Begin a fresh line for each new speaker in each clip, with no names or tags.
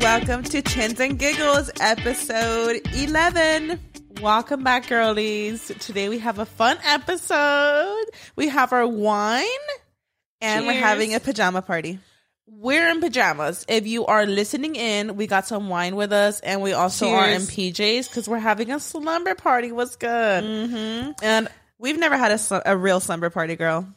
Welcome to Chins and Giggles, episode 11. Welcome back, girlies. Today we have a fun episode. We have our wine and we're
Cheers.
having a pajama party. We're in pajamas. If you are listening in, we got some wine with us and we also are in
Cheers.
PJs because we're having a slumber party. What's good? Mm-hmm. And
We've never had a, sl- a real slumber party, girl.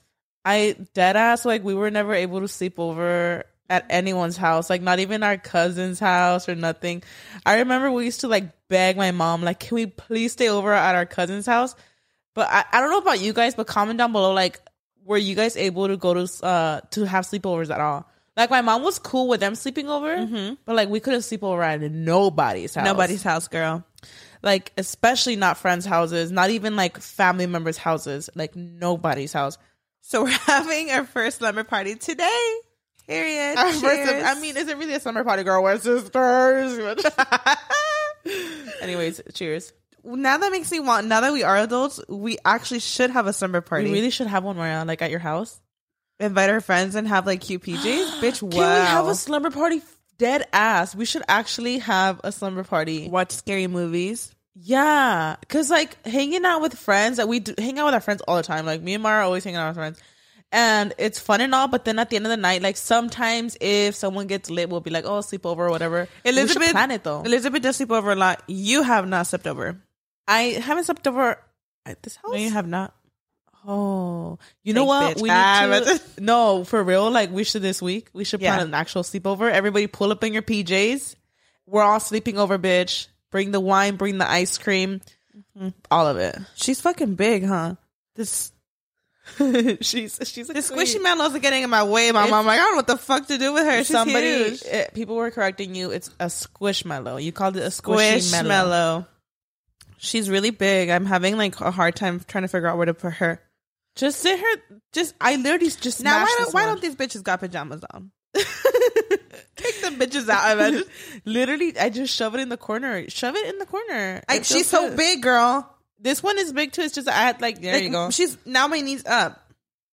I dead ass like we were never able to sleep over at anyone's house, like not even our cousin's house or nothing. I remember we used to like beg my mom, like, can we please stay over at our cousin's house? But I, I don't know about you guys, but comment down below, like, were you guys able to go to uh to have sleepovers at all? Like my mom was cool with them sleeping over, but like we couldn't sleep over at nobody's house.
Nobody's house, girl.
like especially not friends' houses, not even like family members' houses, like nobody's house.
So we're having our first slumber party today. Period.
Our first-
Cheers.
I mean, is it really a summer party, girl? We're sisters. Anyways, cheers.
now that makes me want. Now that we are adults, we actually should have a slumber party.
We really should have one, Mariana, like at your house.
invite our friends and have like cute PJs, bitch. Wow.
Can we have a slumber party? Dead ass. We should actually have a slumber party.
watch scary movies?
Yeah, cause like hanging out with friends, that we do, hang out with our friends all the time. Like me and Mara are always hanging out with friends, and it's fun and all. But then at the end of the night, like sometimes if someone gets lit, we'll be like, oh, sleepover or whatever. we should
Elizabeth,
plan it though.
Elizabeth does sleep over a lot. You have not slept over.
I haven't slept over at this house.
No, you have not.
Oh, you know
Fake
what?
bitch.
We
Ah,
need to,
but-
no, for real. Like we should this week. We should plan
Yeah.
an actual sleepover. Everybody, pull up in your PJs. We're all sleeping over, bitch. Bring the wine. Bring the ice cream. All of
Mm-hmm. She's fucking big, huh? This
it. she's she's a
this
queen.
squishy man are getting in my way, mom. I'm like, I don't know what the fuck to do with her. She's
Somebody,
huge.
eh, people were correcting you. It's a squishmallow. You called it a squishmallow.
Squishmallow. She's really big. I'm having like a hard time trying to figure out where to put her.
Just sit here. Just I literally just
Now, why
smashed
don't,
this
why
one.
don't these bitches got pajamas on? Take them bitches out. I imagine.
literally I just shove it in the corner. Shove it in the corner.
Like
It
she's
feels
so
good.
big, girl.
This one is big too. It's just I had like there
Like,
you go.
She's now my knees up.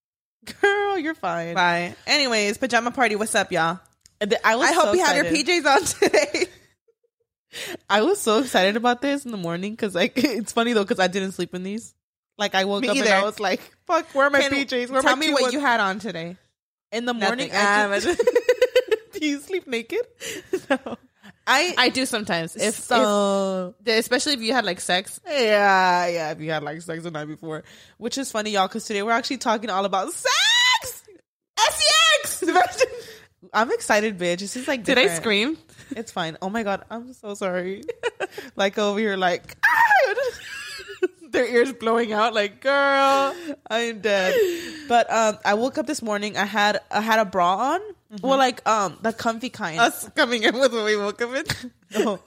Girl, you're fine.
Bye. Anyways, pajama party. What's up, y'all?
Th- I was
I hope
so
you have
excited.
your PJs on today.
I was so excited about this in the morning because like it's funny though because I didn't sleep in these. Like I woke
Me
up and
either.
I was like, "Fuck, where are my
Can-
PJs? Where are
tell
my
me
cute
what
ones?"
you had on today.
in the morning?"
Nothing.
I
Ah,
just- do you sleep naked? no.
I I do sometimes. If
so,
if- especially if you had like sex.
yeah, yeah. If you had like sex the night before, which is funny, y'all, because today we're actually talking all about sex. E
Sex.
I'm excited, bitch. This is like
Did I
different.
scream?
It's fine. Oh my god, I'm so sorry. like over here, like "Ah!" their ears blowing out. Like, girl, I am dead. But um, I woke up this morning. I had I had a bra on. Well, like um, the comfy kind.
Mm-hmm. Us coming in with what we woke up in.
No.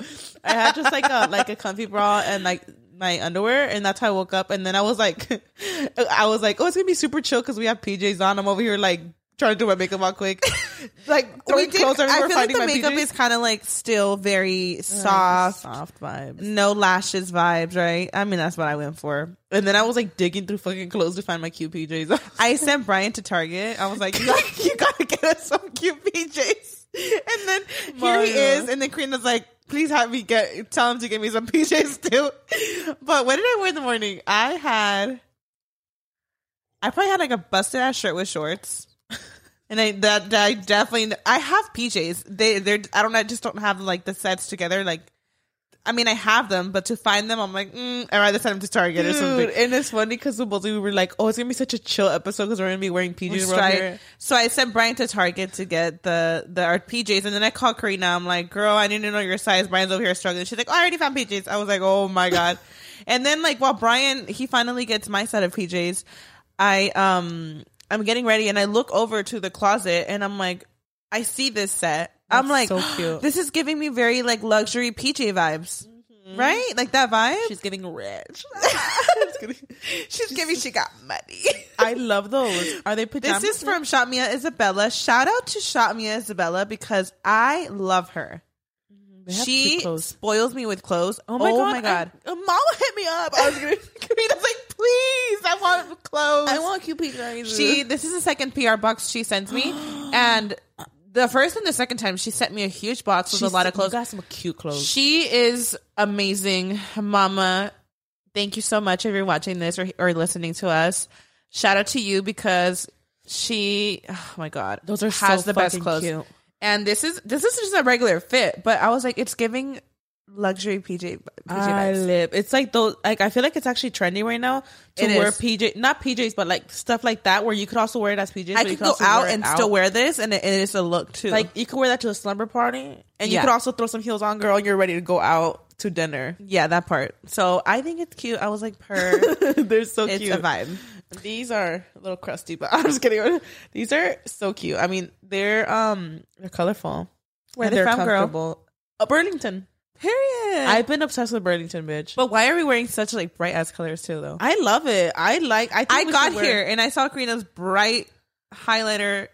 I had just like a like a comfy bra and like my underwear, and that's how I woke up. And then I was like, I was like, oh, it's gonna be super chill because we have PJs on. I'm over here like trying to do my makeup out quick. Like throwing clothes
I
everywhere,
feel like
finding
the
my
makeup
PJs.
is kind of like still very soft,
soft vibes.
no lashes vibes, right? I mean, that's what I went for.
And then I was like digging through fucking clothes to find my cute PJs.
I sent Brian to Target. I was like, you gotta, you gotta get us some cute PJs. And then here
Mario.
he is, and then Karina's like, please have me get, tell him to get me some PJs too. But what did I wear in the morning? I had I probably had like a busted ass shirt with shorts. And I that, that I definitely I have PJs. They they're I don't I just don't have like the sets together. Like I mean I have them, but to find them I'm like mm, I'd rather send them to Target or something.
Dude, and it's funny because both we were like, "Oh, it's gonna be such a chill episode because we're gonna be wearing PJs."
Just
around
try-
here."
So I sent Brian to Target to get the the our PJs, and then I called Karina. I'm like, "Girl, I need to know your size." Brian's over here struggling. She's like, oh, "I already found PJs." I was like, "Oh my god!" and then like while Brian he finally gets my set of PJs, I um I'm getting ready, and I look over to the closet, and I'm like, I see this set. I'm like,
That's so cute.
this is giving me very like luxury PJ vibes. Right, like that vibe.
She's getting rich.
she's giving. She got money.
I love those. Are they pajamas?
This is from Shot Mia Isabella. Shout out to Shot Mia Isabella because I love her.
They have
She
cute clothes.
spoils me with clothes. Oh
my
my
God,
god!
I- uh, Mama hit me up. I was gonna.
Karina's like, please, I want clothes.
I want cute PJs.
She. This is the second PR box she sends me, and the first and the second time she sent me a huge box with
She's-
a lot of
you
clothes.
Got some cute clothes.
She is amazing, Mama. Thank you so much if you're watching this or, or listening to us. Shout out to you because she, oh my God,
Those are
has
so
the best
fucking
clothes.
cute.
And this is this is just a regular fit, but I was like, it's giving luxury PJ. PJ
I
vibes.
live. It's like those. Like I feel like it's actually trendy right now to
It
wear
is.
PJ, not PJs, but like stuff like that where you could also wear it as PJs.
I
but you
could go
also
out
wear it
and still wear this, and it, it is a look too.
Like you could wear that to a slumber party, and you
Yeah.
could also throw some heels on, girl. And you're ready to go out to dinner.
yeah, that part. So I think it's cute. I was like, per,
They're so
it's
cute.
a vibe.
These are a little crusty, but I'm just kidding. These are so cute. I mean, they're um they're colorful.
Where
and
they
they're
from, girl?
comfortable. Uh, Burlington.
Period.
I've been obsessed with Burlington, bitch.
but why are we wearing such like bright ass colors too, though?
I love it. I like. I think
I
we
got
should wear-
here and I saw Karina's bright highlighter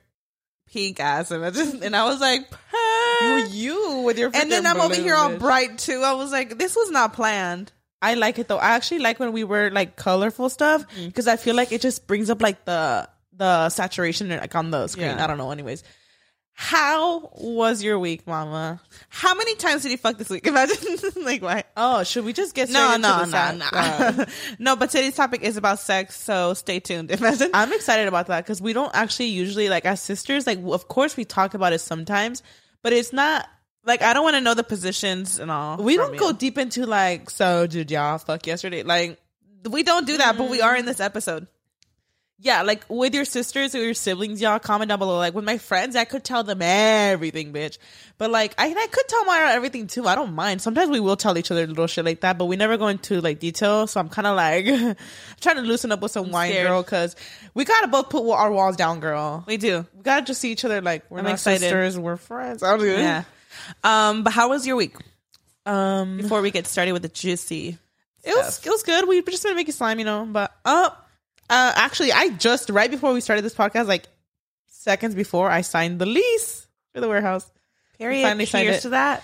pink ass, and I just and I was like,
You,
"Purr."
you with your.
and then
freaking
I'm over here all
Burlington, bitch.
bright too. I was like, this was not planned.
I like it though. I actually like when we wear like colorful stuff
Mm.
because I feel like it just brings up like the the saturation like on the screen.
Yeah.
I don't know. Anyways, how was your week, Mama?
How many times did he fuck this week? Imagine like why?
Oh, should we just get straight
No,
into the
no, no,
sad- uh,
no, no. But today's topic is about sex, so stay tuned. Imagine.
I'm excited about that because we don't actually usually like as sisters. Like, of course, we talk about it sometimes, but it's not.
Like I don't want to know the positions and all.
We
from
don't go
you.
deep into like, so did y'all fuck yesterday? Like,
We don't do that, but we are in this episode.
yeah, like with your sisters or your siblings, y'all comment down below. Like with my friends, I could tell them everything, bitch. But like I, I could tell Myra everything too. I don't mind. Sometimes we will tell each other little shit like that, but we never go into like detail. So I'm kind of like trying to loosen up with some wine,
scared.
girl, because we gotta both put wa- our walls down, girl. We,
We do.
gotta just see each other like we're
I'm
not
excited.
sisters, we're friends. I'm just-
Yeah. Um. But how was your week?
Um,
Before we get started with the juicy
it was it was good. We've just been making slime, you know. But uh, uh, actually, I just right before we started this podcast, like seconds before, I signed the lease for the warehouse.
Period.
finally signed
Cheers
it.
to that.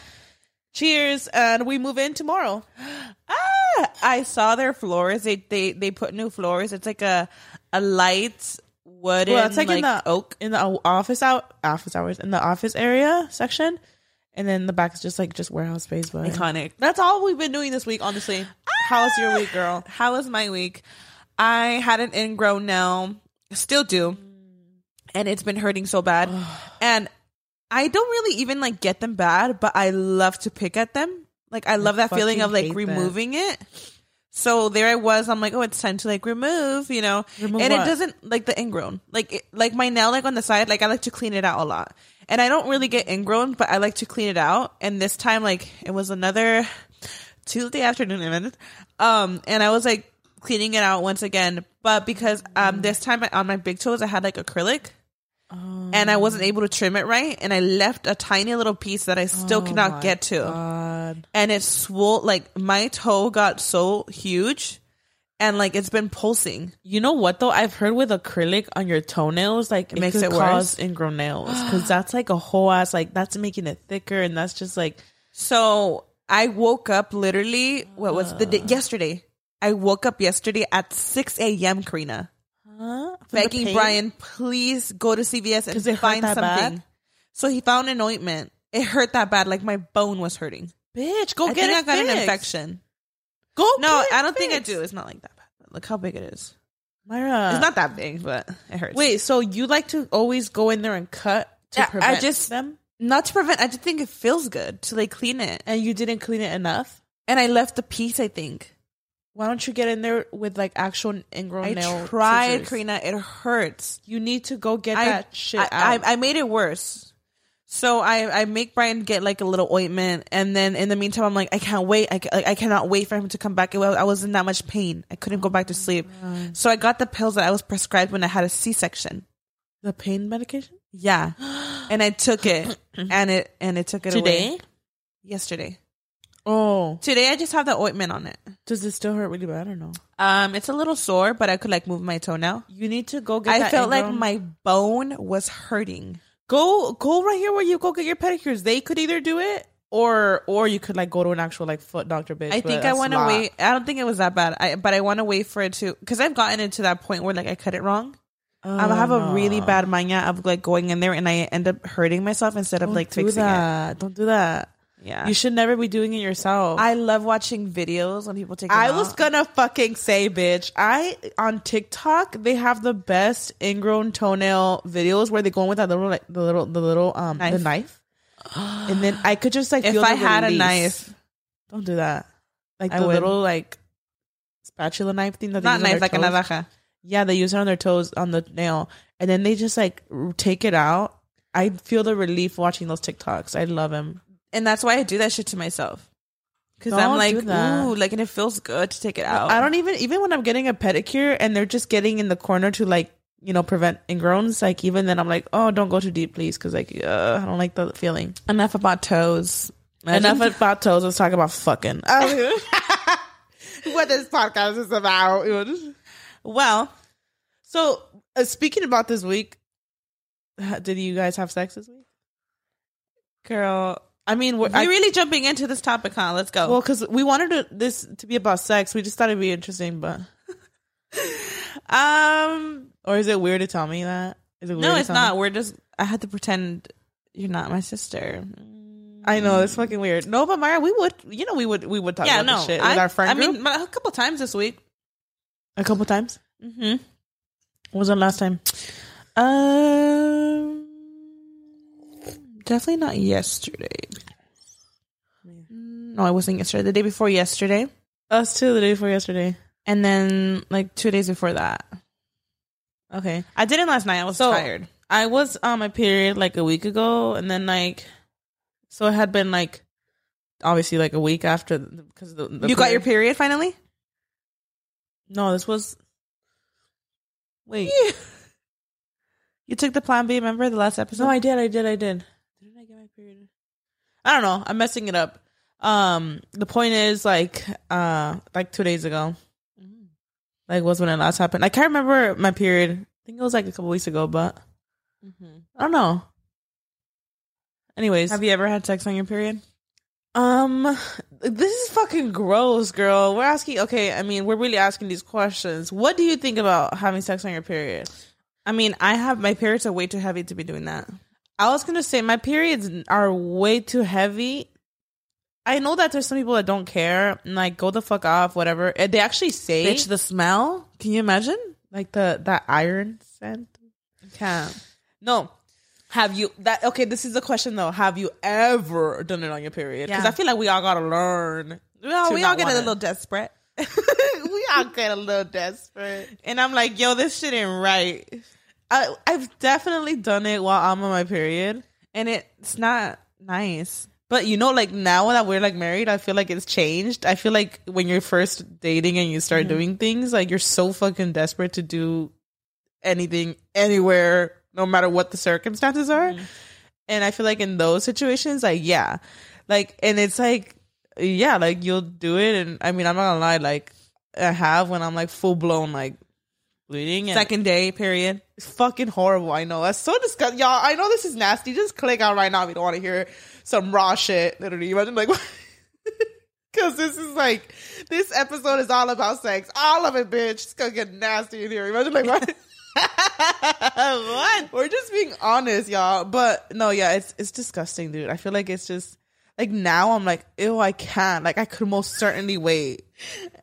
Cheers, and we move in tomorrow.
Ah, I saw their floors. They they they put new floors. It's like a a light wooden.
Well, it's like, in the
like-
oak in the o- office out office hours in the office area section, and then the back is just like just warehouse space. But
iconic.
that's all we've been doing this week, honestly. How's your week, girl?
How was my week? I had an ingrown nail, still do, and it's been hurting so bad. and I don't really even like get them bad, but I love to pick at them. Like I love that feeling
fucking
of like
hate that.
removing it. So there I was. I'm like, oh, it's time to like remove, you know.
Remove
and
what?
it doesn't like the ingrown, like it, like my nail, like on the side. Like I like to clean it out a lot, and I don't really get ingrown, but I like to clean it out. And this time, like it was another Tuesday afternoon event, um, and I was like cleaning it out once again, but because
Mm.
um this time I- on my big toes I had like acrylic,
Oh.
and I wasn't able to trim it right, and I left a tiny little piece that I still
Oh
cannot get to
God,
and it swole like my toe got so huge and like it's been pulsing
you know what though? I've heard with acrylic on your toenails, like it,
makes
could
it worse?
cause ingrown nails because that's like a whole ass like that's making it thicker, and that's just like
so i woke up literally what was the
Uh.
day yesterday i woke up yesterday at 6 a.m karina
huh? From the
begging
pain?
brian please go to cvs
'Cause it hurt
and find
that
something
bad?
so he found an ointment it hurt that bad like my bone was hurting
bitch, go
i
get
think
it
i got an
fixed.
infection
Go.
no
get it
i don't think i
fixed.
do it's not like that bad look how big it is
Myra.
It's not that big, but it hurts.
Wait, so you like to always go in there and cut to
Yeah, I
prevent
just-
them,
not to prevent. I just think it feels good to like clean it,
and you didn't clean it enough.
and I left the piece. I think
Why don't you get in there with like actual ingrown
I
nail?
tried,
scissors?
Karina. It hurts.
You need to go get
I,
that shit
I,
out.
I, I made it worse. So I, I make Brian get like a little ointment, and then in the meantime, I'm like, I can't wait. I, ca- I cannot wait for him to come back. It wa- I was in that much pain. I couldn't go back to sleep. So I got the pills that I was prescribed when I had a C-section.
the pain medication
Yeah, and I took it, and it and it took it away. yesterday.
Oh,
Today I just have the ointment on it.
does it still hurt really bad or no?
Um, it's a little sore, but I could like move my toenail.
You need to go get.
I
that
felt like
ingrown-
my bone was hurting.
go go right here where you go get your pedicures. They could either do it or or you could like go to an actual like foot doctor. Bitch,
I
but
think I
that's a
want to
lot.
wait. I don't think it was that bad. I but I want to wait for it to because I've gotten it to that point where like I cut it wrong.
Oh,
I have a really bad mania of like going in there and I end up hurting myself instead of
Don't
like
do
fixing
that. Don't do that.
it. Yeah,
You should never be doing it yourself.
I love watching videos when people take. Them
I was
out.
gonna fucking say, bitch. I on TikTok they have the best ingrown toenail videos where they go in with that little like the little the little um the
Knife.
knife, and then I could just like
If
feel the
I had a
release.
knife,
don't do that. Like
I
the
would.
little like spatula knife thing that they
not
use on
knife
their
like a
toes.
navaja.
Yeah, they use it on their toes on the nail, and then they just like r- take it out. I feel the relief watching those TikToks. I love them.
and that's why I do that shit to myself. Because
Don't
I'm like,
do that.
ooh, like, and it feels good to take it out.
I don't even even when I'm getting a pedicure and they're just getting in the corner to like you know prevent ingrowns. Like even then, I'm like, oh, don't go too deep, please, because like uh, I don't like the feeling.
Enough about toes.
Enough about toes. Let's talk about fucking. what this podcast is about.
Well,
So uh, speaking about this week, h- did you guys have sex this week?
girl,
I mean, we're,
we're
I,
really jumping into this topic, huh? Let's go.
well, because we wanted to, this to be about sex. We just thought it'd be interesting, but
um,
or is it weird to tell me that? Is it weird
no,
to
it's
tell
not.
me?
We're just. I had to pretend you're not my sister.
I know it's fucking weird. No, but Myra, we would, you know, we would, we would talk
yeah,
about
no.
this shit
I,
with our friend
I
group
mean, my- a couple times this week.
a couple times.
Mm-hmm.
When was the last time?
Um, definitely not yesterday. No, I wasn't yesterday. The day before yesterday.
Us two the day before yesterday.
and then like two days before that.
Okay,
I didn't last night. I was
So-
tired.
I was on my period like a week ago, and then like, so it had been like, obviously like a week after because the, the
you got your period finally?
No, this was. Wait.
You took the plan B, remember the last episode?
No, I did. I did. I did. Did I get my period? I don't know. I'm messing it up. Um, the point is like, uh, like two days ago,
Mm-hmm.
like was when it last happened. I can't remember my period. I think it was like a couple weeks ago, but I don't know. Anyways,
Mm-hmm. Have you ever had sex on your period?
um, this is fucking gross, girl. We're asking. Okay, I mean, we're really asking these questions. What do you think about having sex on your period?
I mean, I have my periods are way too heavy to be doing that.
I was gonna say my periods are way too heavy. I know that there's some people that don't care and like go the fuck off, whatever. And They actually say
Bitch, the smell? Can you imagine?
like the that iron scent.
Yeah.
No, have you that? Okay, this is the question though. Have you ever done it on your period? Because
Yeah.
I feel like we all gotta learn.
Well,
To
we
not
all get a
want it.
little desperate.
we all get a little desperate.
And I'm like, yo, this shit ain't right.
I I've definitely done it while I'm on my period.
And it's not nice.
But you know, like now that we're like married, I feel like it's changed. I feel like when you're first dating and you
Mm-hmm.
start doing things, like you're so fucking desperate to do anything, anywhere, no matter what the circumstances are. And I feel like in those situations, like, yeah, like, and it's like, yeah, like you'll do it. And I mean, I'm not gonna lie, like, I have when I'm like full blown, like, bleeding. And
Second day period.
it's fucking horrible. I know. That's so disgusting. Y'all, I know this is nasty. Just click out right now if you don't want to hear some raw shit. Literally, imagine like, because this is like, this episode is all about sex. All of it, bitch. It's gonna get nasty in here. Imagine like, what? what? We're just being honest, y'all. But no, yeah, it's it's disgusting, dude. I feel like it's just Like now I'm like, ew, I can't. Like I could most certainly wait.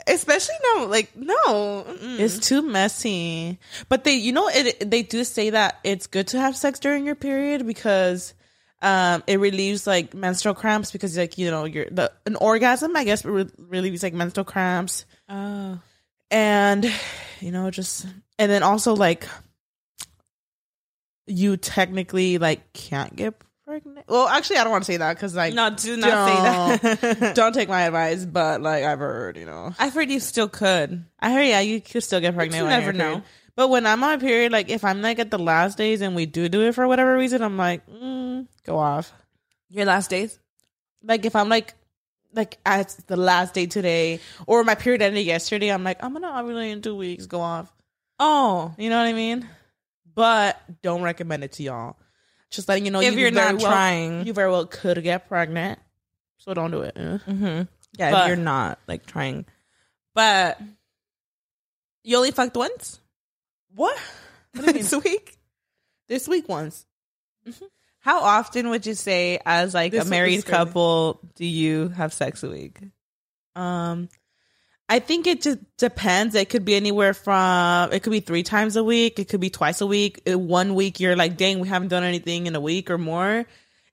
Especially now, like no, mm-mm.
It's too messy. But they, you know, it they do say that it's good to have sex during your period because um it relieves like menstrual cramps because like you know your the an orgasm I guess re- relieves like menstrual cramps
oh,
and you know just and then also like you technically like can't get pregnant. Well, actually, I don't want to say that because like
no, do not say that.
don't take my advice, but like I've heard, you know.
I've heard you still could.
I heard, yeah, you could still get pregnant.
you
when you're
never
on your
know.
period. But when I'm on my period, like if I'm like at the last days and we do do it for whatever reason, I'm like, mm, go off.
Your last days.
Like if I'm like, like at the last day today or my period ended yesterday, I'm like, I'm gonna ovulate in two weeks. Go off.
Oh,
You know what I mean? But don't recommend it to y'all. Just letting you know
If
you
you're
very
not
well-
trying.
you very well could get pregnant. So don't do it. eh.
Mm-hmm. yeah.
But-
if you're not like trying, but you only fucked once
What?
this week. Mm-hmm.
This week once.
How often would you say, as like
This
a
one
married
was crazy.
couple, do you have sex a week?
Um, I think it just depends. It could be anywhere from it could be three times a week. It could be twice a week. Uh, One week you're like, dang, we haven't done anything in a week or more.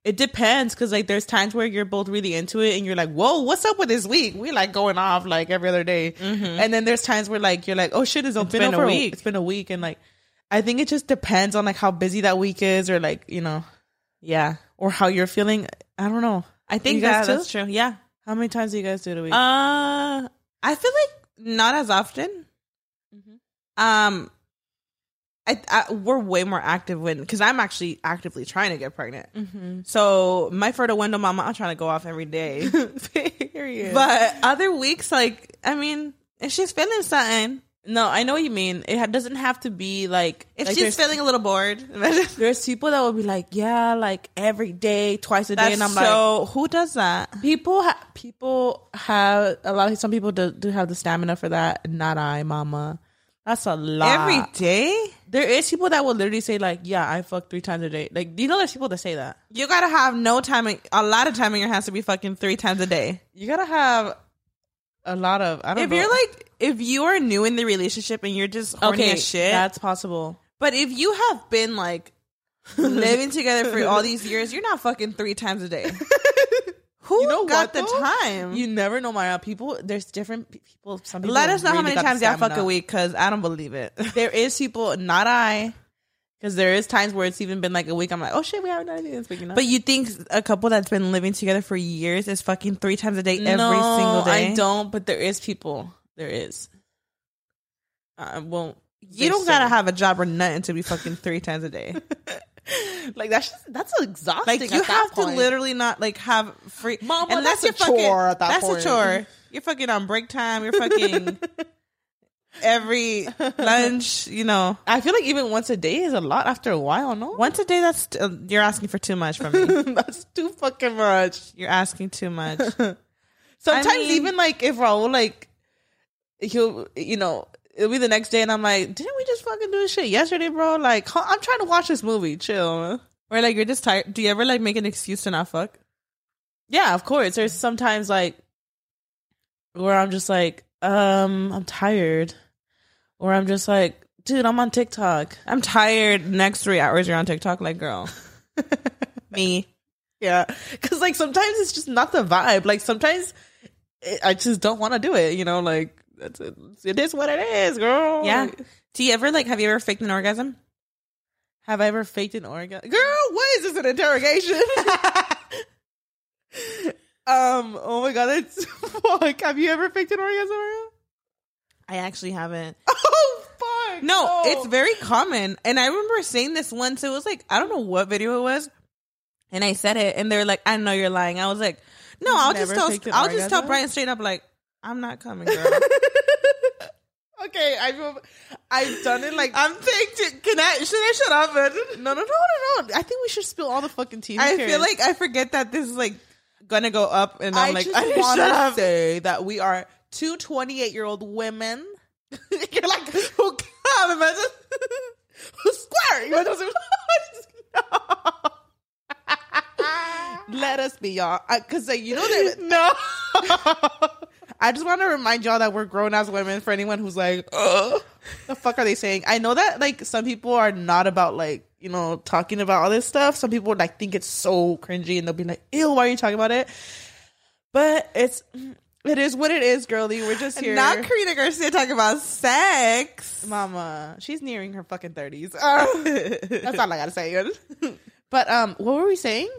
It depends because like there's times where you're both really into it and you're like, whoa, what's up with this week? We're like going off like every other day. And then there's times where like you're like, oh shit, it's, been,
Mm-hmm. been a
over a
week.
week. It's been a week and like I think it just depends on like how busy that week is or like you know
Yeah,
or how you're feeling. I don't know.
I
You
think
guys
that, that's true. Yeah.
How many times do you guys do it a week?
Uh, I feel like not as often. Um, I, I we're way more active when because I'm actually actively trying to get pregnant.
Mm-hmm.
So my fertile window, mama, I'm trying to go off every day.
Period. But
but other weeks, like I mean, if she's feeling something,
no, I know what you mean. It ha- doesn't have to be like
if
like there's,
she's feeling a little bored,
there's people that will be like, yeah, like every day, twice a day,
that's
and I'm like,
so. who does that?
people ha- people have a lot of some people do, do have the stamina for that. Not I, mama. That's a lot.
Every day,
there is people that will literally say like, yeah, I fuck three times a day. Like, do you know there's people that say that?
you gotta have no time, in- a lot of time in your hands to be fucking three times a day.
You gotta have a lot of. I don't
If
know.
you're like, if you are new in the relationship and you're just horny as shit,
that's possible.
but if you have been like living together for all these years, you're not fucking three times a day. Who
You know what,
got the
though?
time?
You never know, Maya. People, there's different pe- people. Some people
Let us know how
really
many
got the
times y'all fuck a
stamina.
week, cause I don't believe it.
There is people, not I, because there is times where it's even been like a week. I'm like, oh shit, we haven't done anything this week. You know?
But you think a couple that's been living together for years is fucking three times a day every
No,
single day?
I don't. But there is people. There is. I won't.
You
say
don't gotta
so.
have a job or nothing to be fucking three times a day.
like that's just, that's exhausting.
Like you have to literally not like have free.
Mama,
and
that's
your
a chore at that
that's
point.
a chore. You're fucking on break time. You're fucking every lunch. You know,
I feel like even once a day is a lot after a while. No,
once a day. That's uh, you're asking for too much from me.
that's too fucking much.
You're asking too much.
Sometimes
I mean-
even like if Raul like he'll you know it'll be the next day and I'm like didn't we just fucking do this shit yesterday, bro? Like huh, I'm trying to watch this movie. Chill.
Or like you're just tired. Do you ever like make an excuse to not fuck?
Yeah, of course. There's sometimes like where I'm just like um I'm tired, or I'm just like dude I'm on TikTok.
I'm tired. Next three hours you're on TikTok. Like girl, me.
Yeah, because like sometimes it's just not the vibe. Like sometimes it, I just don't want to do it. You know, like that's it. It is what it is, girl.
Yeah.
Like,
Do you ever like? Have you ever faked an orgasm?
Have I ever faked an orgasm? Girl, what is this an interrogation? um, oh my god, it's fuck. Have you ever faked an orgasm? Ariel?
I actually haven't.
Oh fuck.
No, it's very common. And I remember saying this once. It was like, I don't know what video it was. And I said it and they were like, I know you're lying. I was like, no, I'll just
never
tell
faked an
I'll just tell
orgasm?
Brian straight up like, I'm not coming, girl.
okay, I've I've done it like
I'm thinking can I should I shut up? man?
no no no no no. I think we should spill all the fucking tea. Who
I
cares?
feel like I forget that this is like gonna go up and I'm
I
like,
just
I
want
shut
to
up.
say that we are two 28 year old women.
You're like, who come? Imagine
Square. You know what I'm saying? Let us be, y'all. Because like, you know that.
No.
I just want to remind y'all that we're grown as women. For anyone who's like, Ugh, the fuck are they saying? I know that like some people are not about like you know talking about all this stuff. Some people like think it's so cringy and they'll be like, ew, why are you talking about it? But it's it is what it is, girly. We're just here.
Not Karina Garcia talking about sex.
Mama, she's nearing her fucking thirties. that's all I gotta say. but um, what were we saying?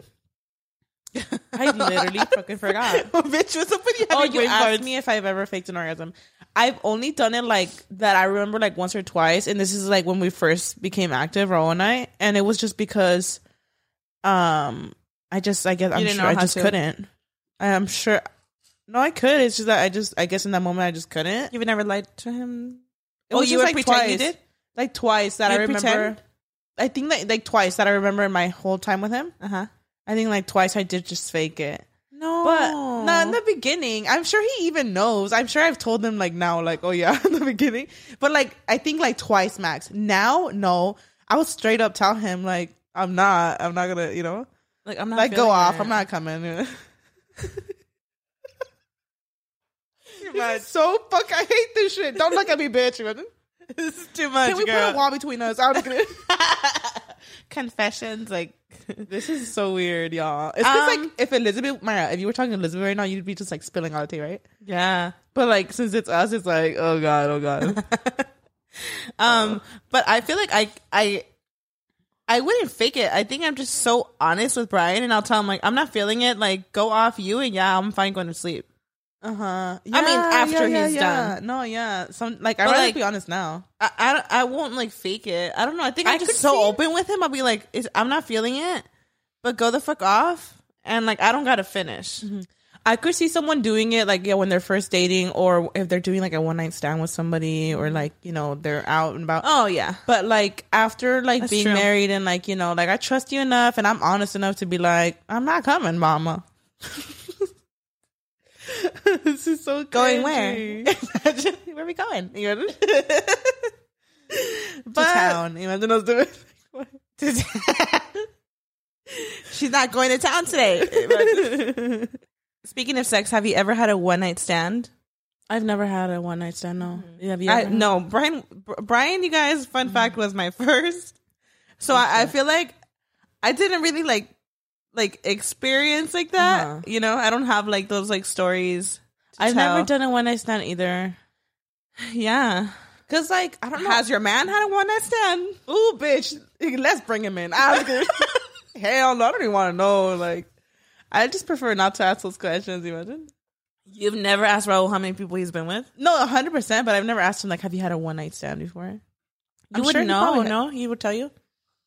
I literally fucking forgot.
Bitch, was somebody having
Oh, you
brain
asked
farts?
me if I've ever faked an orgasm. I've only done it like that. I remember like once or twice, and this is like when we first became active, Raul and I, and it was just because, um, I just I guess I'm
didn't
sure
know
I
how
just
to.
couldn't. I'm sure. No, I could. It's just that I just I guess in that moment I just couldn't.
You've never lied to him.
It
Oh,
was
you
just,
were pretend you
twice.
did?
Like twice that
You
I remember.
pretend?
I think that like twice that I remember in my whole time with him.
Uh huh.
I think like twice I did just fake it.
No,
But not in the beginning. I'm sure he even knows. I'm sure I've told him like now, like, oh yeah, in the beginning. But like I think like twice max. Now, no. I would straight up tell him like I'm not I'm not gonna, you know.
like I'm not
Like go
feeling
off.
it.
I'm not coming. This is so fuck I hate this shit. Don't look at me, bitch.
This is too much.
Can we
girl.
put a wall between us? I'm gonna
Confessions, like
This is so weird, y'all. It's 'cause,
Um,
like if Elizabeth Maya, if you were talking to Elizabeth right now, you'd be just like spilling all the tea, right?
yeah.
But like since it's us, it's like, oh god, oh god.
Um, but I feel like I I I wouldn't fake it. I think I'm just so honest with Brian, and I'll tell him like I'm not feeling it. Like go off you, and yeah, I'm fine going to sleep.
Uh huh.
I mean, after he's
done. No, yeah. Some like I'd
But,
rather
like,
be honest now.
I, I don't- I won't like fake it. I don't know. I think
I
I'm
could
just so
see-
open with him. I'll be like, it's, I'm not feeling it, but go the fuck off, and like I don't gotta finish.
I could see someone doing it like yeah when they're first dating, or if they're doing like a one night stand with somebody, or like you know they're out and about.
Oh yeah,
But like after like
That's
being
true.
married and like you know like I trust you enough and I'm honest enough to be like I'm not coming, mama. this is so
going
cringy.
where? where we going? You know?
to town. Imagine us doing.
She's not going to town today. Speaking of sex, have you ever had a one night stand? Mm-hmm.
I've never had a one night stand. No, have you?
I
ever? Mm-hmm.
no, Brian. Br- Brian, you guys. Fun fact was my first, so I, I feel like I didn't really like like experience like that.
Uh-huh.
You know, I don't have like those like stories. to
I've never
tell.
done a one night stand either.
Yeah,
Cause like I don't know.
has your man had a one night stand?
Ooh, bitch, let's bring him in. I was gonna- Hell no, I don't even want to know. Like, I just prefer not to ask those questions. Imagine.
You've never asked Raul how many people he's been with.
No, hundred percent. But I've never asked him like, have you had a one night stand before?
You
sure
wouldn't
he
know.
probably had-
No, he would tell you.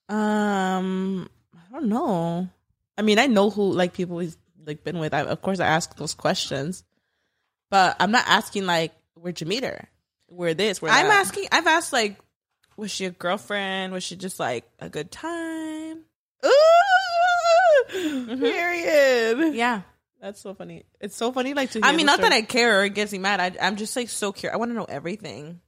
Um, I don't know. I mean, I know who like people he's like been with. I, of course, I ask those questions, but I'm not asking like, where'd you meet her? Where this? Where
I'm
that?
asking. I've asked like, was she a girlfriend? Was she just like a good time?
Ooh, period.
Yeah.
That's so funny. It's so funny, like to.
I mean, not that I care or it gets me mad. I, I'm just like so curious. I want to know everything.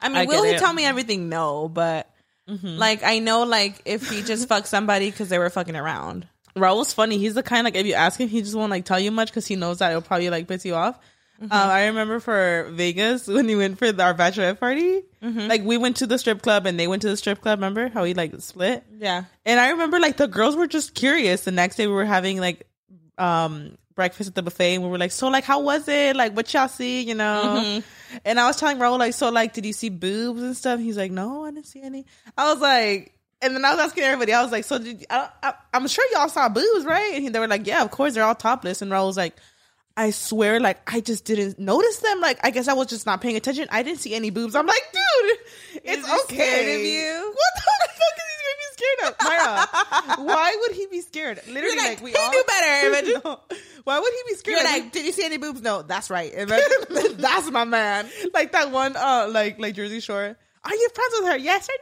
I Mm-hmm. mean,
I
will
get
he
it.
tell me everything? No, but like I know, like if he just fucked somebody because they were fucking around.
Raul's funny. He's the kind like if you ask him, he just won't like tell you much because he knows that it'll probably like piss you off. Um, I remember for Vegas when we went for the, our bachelorette party, like we went to the strip club and they went to the strip club. Remember how we like split?
Yeah.
And I remember like the girls were just curious. The next day we were having like um breakfast at the buffet and we were like, So like how was it? Like what y'all see, you know?
Mm-hmm.
And I was telling Raul, like, so like did you see boobs and stuff? He's like, No, I didn't see any. I was like and then I was asking everybody, I was like, So did I, I I'm sure y'all saw boobs, right? And they were like, Yeah, of course, they're all topless. And Raul was like I swear, like I just didn't notice them. Like I guess I was just not paying attention. I didn't see any boobs. I'm like, dude, it's
just
okay.
scared of you?
What the fuck is he gonna be scared of, Myra? why would he be scared? Literally, like,
like,
we
he
all
knew better, imagine.
No. Why would he be scared?
You're like,
did you see any boobs? No, that's right. that's my man. Like that one, uh, like like Jersey Shore. Are you friends with her? Yes or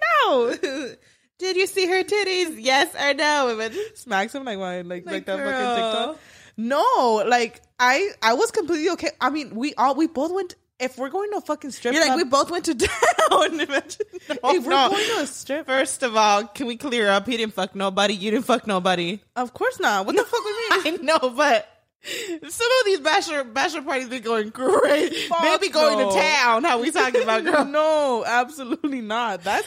no?
Did you see her titties? Yes or no? Imagine.
Smacks him like why? Like like,
Like,
that
girl.
fucking TikTok. No, like I I was completely okay. I mean, we all we both went if we're going to a fucking strip
You're like,
club,
we both went to town. Imagine.
if
No,
we're
no.
going to a strip,
First of all, can we clear up? He didn't fuck nobody. You didn't fuck nobody.
of course not. What the fuck would we?
I know, but some of these bachelor bachelor parties be going crazy. They be
Fuck
going
no.
to town. How we talking about, girl?
no, absolutely not. That's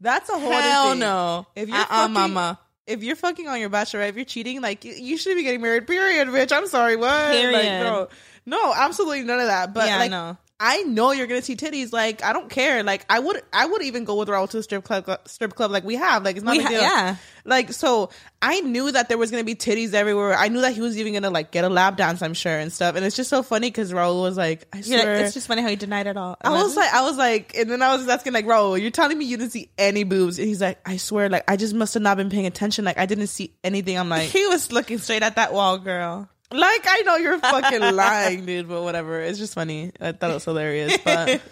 that's a whole other
Hell
thing.
no.
If you're
Uh-uh,
fucking-
mama.
If you're fucking on your bachelorette, if you're cheating, like you, you should be getting married. Period, bitch. I'm sorry. What? Like,
Period.
bro. No, absolutely none of that. But
Yeah,
like,
no.
I know you're gonna see titties. Like I don't care. Like I would, I would even go with Raul to a strip club. uh, Strip club, like we have. Like it's not a
We
big
ha-
deal.
yeah.
Like so, I knew that there was gonna be titties everywhere. I knew that he was even gonna like get a lap dance. I'm sure and stuff. And it's just so funny because Raul was like, I
You're like,
swear,
it's just funny how you denied it all.
I was like, I was like, and then I was just asking like, Raul, you're telling me you didn't see any boobs? And he's like, I swear, like I just must have not been paying attention. Like I didn't see anything. I'm like,
he was looking straight at that wall, girl.
like I know you're fucking lying, dude. But whatever. It's just funny. I thought it was hilarious, but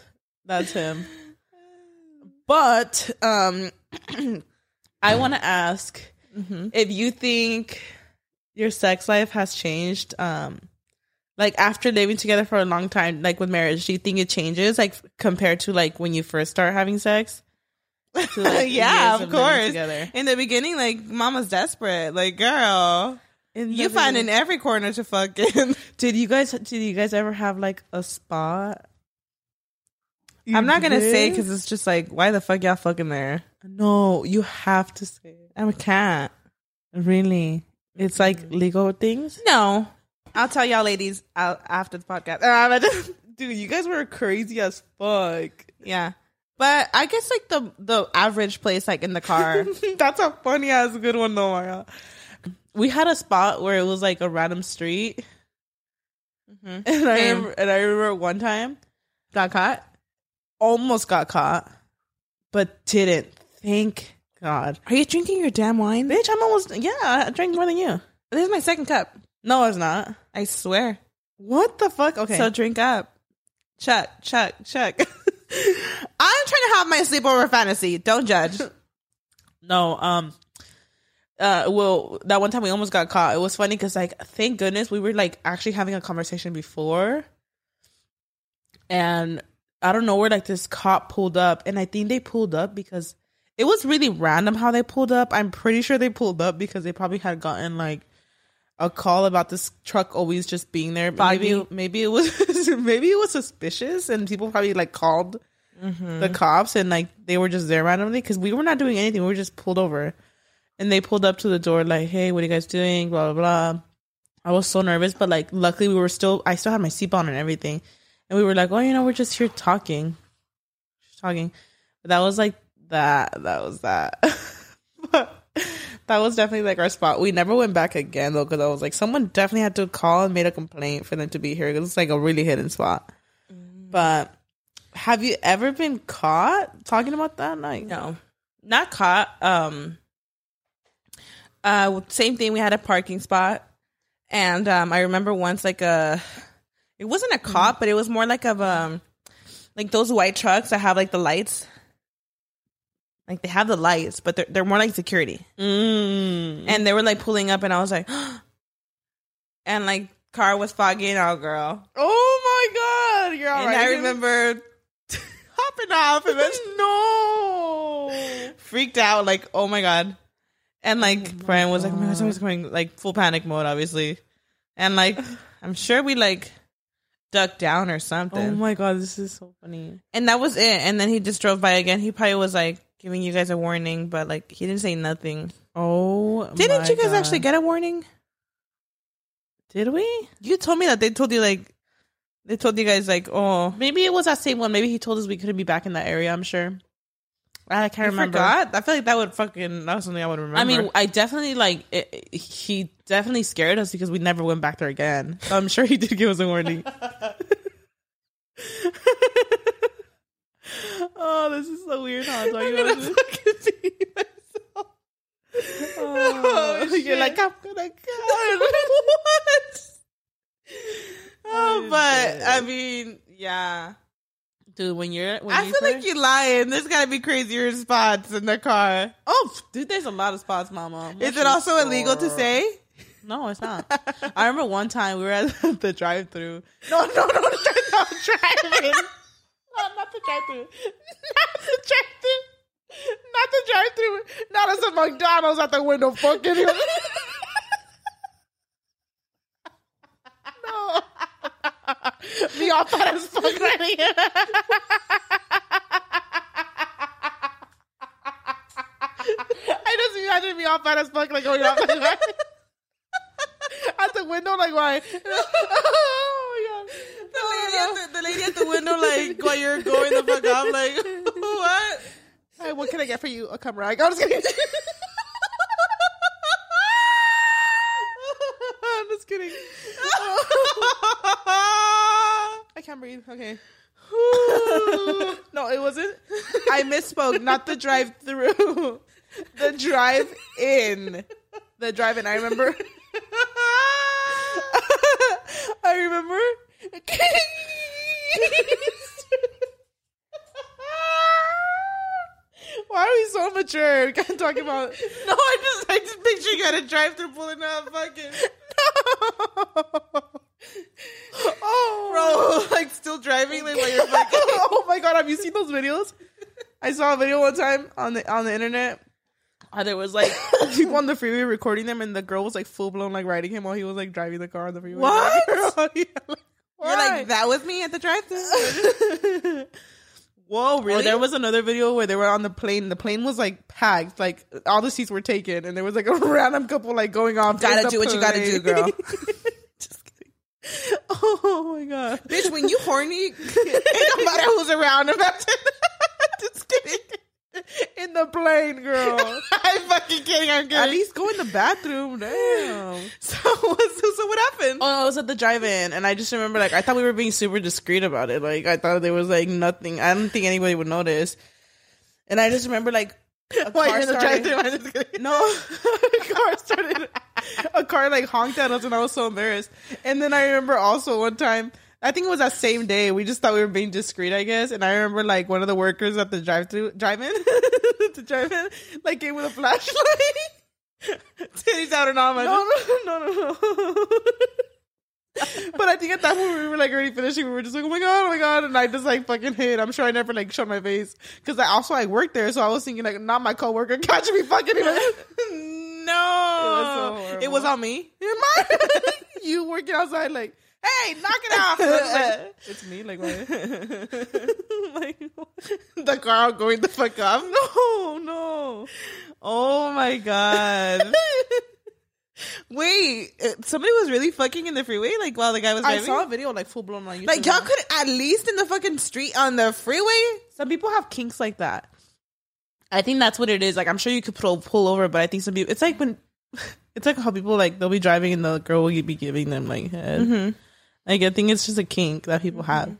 that's him. But um, I want to ask
Mm-hmm.
if you think your sex life has changed. Um, like after living together for a long time, like with marriage, do you think it changes like compared to like when you first start having sex? To, like,
yeah,
years
of
living
course. In the beginning, like mama's desperate. Like, girl,
In
you
the
find in
beginning-
every corner to fucking.
Did you guys? Did you guys ever have like a spot?
I'm not gonna say
did?
because it's just like, why the fuck y'all fucking there?
No, you have to say it.
I can't.
Really? It's like legal things?
No, I'll tell y'all, ladies, out after the podcast. Um,
Dude, you guys were crazy as fuck.
yeah, but I guess like the the average place, like in the car.
That's a funny ass good one though, Mara. We had a spot where it was like a random street. And I
Same.
remember, and I remember one time
Got caught.
almost got caught, but didn't. Thank God.
Are you drinking your damn wine?
Bitch, I'm almost yeah, I drank more than you.
This is my second cup.
No, it's not.
I swear.
What the fuck? Okay.
So drink up. Chuck, Chuck, Chuck. I'm trying to have my sleepover fantasy. Don't judge.
No, um uh well that one time we almost got caught. It was funny cuz like thank goodness we were like actually having a conversation before. And I don't know where like this cop pulled up and I think they pulled up because it was really random how they pulled up. I'm pretty sure they pulled up because they probably had gotten like a call about this truck always just being there. Maybe
Foggy.
maybe it was maybe it was suspicious and people probably like called the cops and like they were just there randomly because we were not doing anything. We were just pulled over, and they pulled up to the door like, "Hey, what are you guys doing?" Blah blah blah. I was so nervous, but like luckily we were still. I still had my seatbelt on and everything, and we were like, "Oh, you know, we're just here talking, just talking." But that was like that. That was that. but that was definitely like our spot. We never went back again though because I was like, someone definitely had to call and made a complaint for them to be here because it's like a really hidden spot.
Mm.
But have you ever been caught talking about that? Like,
No, not caught. Um, uh, same thing. We had a parking spot, and um, I remember once like uh, a, it wasn't a
Mm-hmm.
cop, but it was more like of um, like those white trucks that have like the lights. Like they have the lights, but they're they're more like security.
Mm.
and they were like pulling up and i was like and like car was foggy and all girl
Oh my god, you're all
and
right.
i remember hopping off and then
no. Mm.
freaked out like oh my god and like brian was like oh my god someone's coming like full panic mode obviously and like i'm sure we like ducked down or
Oh
something
my god, this is so funny.
and that was it and then he just drove by again he probably was like giving you guys a warning but like he didn't say nothing
Oh,
didn't
my
you guys
God.
actually get a warning
Did we?
you told me that they told you like they told you guys like oh
Maybe it was that same one. Maybe he told us we couldn't be back in that area. I'm sure. I can't
I
remember.
forgot. I feel like that would fucking that was something I would remember.
I mean, I definitely like it, it- he definitely scared us because we never went back there again. So I'm sure he did give us a warning. oh, this is so weird. How I'm talking about this. Oh, you're like I'm gonna go.
what?
Oh,
Oh, but
shit.
I mean, yeah.
dude. When you're, when
I feel like you're lying. There's gotta be crazier spots in the car.
Oh, dude, there's a lot of spots, Mama.
Is it also illegal to say?
No, it's not. I remember one time we were at the drive-through. No, no, no, no driving. no, not the drive-through. Not the drive-through. Not the drive-through. Not as a McDonald's at the window. Fucking. no. Me all fat as fuck right here. I just imagine me all fat as fuck, like going out at the window, like why? oh my god.
The lady, at the, the lady at the window, like, while you're going the fuck up, like, what?
Hey, what can I get for you? A cum rag. I'm just kidding. I'm just kidding. I can't breathe. Okay. no, it wasn't. I misspoke. Not the drive through. The drive in. The drive in. I remember. I remember. Why are we so mature? We can't talk about.
No, I just, I just picture you at a drive through pulling out a fucking. Oh, bro, like still driving, like while you're fucking.
oh my god, have you seen those videos? I saw a video one time on the on the internet. And it was like people on the freeway recording them, and the girl was like full blown like riding him while he was like driving the car on the freeway.
What?
Yeah, like,
You're
why?
like, that was me at the drive through.
Whoa, really? Or there was another video where they were on the plane. The plane was like packed, like all the seats were taken, and there was like a random couple like going off. in
gotta
the
do what you gotta do,
plane.
girl.
oh my god,
Bitch, when you horny,
Ain't no matter who's around. Imagine. Just kidding. In the plane, girl.
I'm fucking kidding. I'm
At
kidding.
least go in the bathroom. Damn.
So, what's- so what happened?
Oh, I was at the drive-in, and I just remember like I thought we were being super discreet about it. Like I thought there was like nothing. I don't think anybody would notice. And I just remember like a car started- No, a car started. A car like honked at us, and I was so embarrassed. And then I remember also one time. I think it was that same day. We just thought we were being discreet, I guess. And I remember like one of the workers at the drive-through, drive-in, the drive-in, like came with a flashlight.
Titties out and all my.
No, no, no, no, no. but I think at that point we were like already finishing. We were just like, oh my god, oh my god, and I just like fucking hid. I'm sure I never like showed my face because I also like worked there, so I was thinking like, not my coworker catching me fucking.
No.
It was so
It was
horrible.
on me.
In my you working outside like, hey, knock it off. And I was like, it's me, like, what? like the car going the fuck off. No, no.
Oh my god. Wait, uh, somebody was really fucking in the freeway, like while the guy was
I
driving.
saw a video like full blown on YouTube.
like y'all could at least in the fucking street on the freeway.
some people have kinks like that. I think that's what it is. Like I'm sure you could pull pull over, but I think some people. It's like when, it's like how people like they'll be driving and the girl will be giving them like head. Like I think it's just a kink that people have.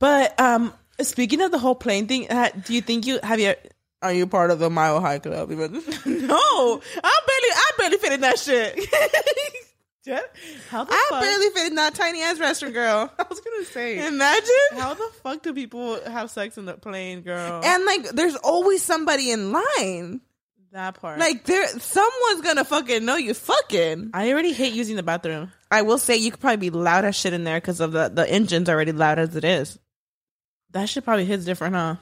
But um, speaking of the whole plane thing, ha- do you think you have you? Are you part of the Mile High Club? Even
No, I barely, I barely fit in that shit.
how the
I
fuck?
barely fit in that tiny ass restaurant, girl.
I was gonna say,
Imagine.
how the fuck do people have sex in the plane, girl?
And like, there's always somebody in line.
that part,
Like, there, someone's gonna fucking know you fucking.
I already hate using the bathroom.
I will say you could probably be loud as shit in there because of the the engine's already loud as it is.
That shit probably hits different, huh?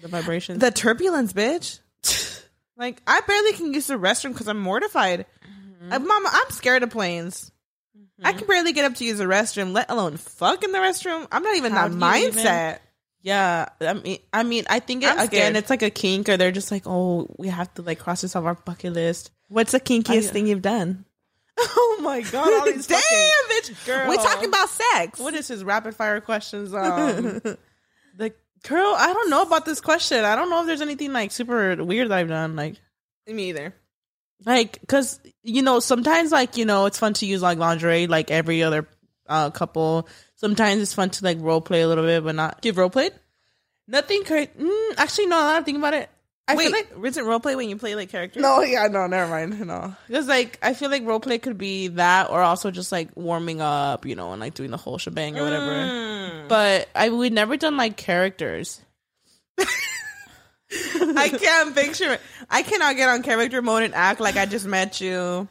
The vibrations.
The turbulence, bitch. Like, I barely can use the restroom because I'm mortified.
Mm-hmm.
Uh, Mama, I'm scared of planes. I can barely get up to use the restroom, let alone fuck in the restroom. I'm not even
How
that
do you even-
mindset.
yeah, I mean, I mean, I think it,
I'm
uh, again,
scared.
it's like a kink, or they're just like, oh, we have to like cross this off our bucket list.
What's the kinkiest
I-
thing you've done?
Oh my god! All these
Damn,
fucking-
bitch.
Girl.
We're talking about sex.
what is his rapid fire questions? Um, the girl, I don't know about this question. I don't know if there's anything like super weird that I've done. Like,
me either.
like because you know sometimes like you know it's fun to use like lingerie like every other uh couple sometimes it's fun to like role play a little bit but not
You've role played?
nothing cra- mm, actually no now that i'm thinking about it i
Wait,
feel like
isn't role play when you play like characters?
no yeah no never mind no because like i feel like role play could be that or also just like warming up you know and like doing the whole shebang or whatever
Mm.
but i we'd never done like characters
I can't picture it. I cannot get on character mode and act like I just met you. or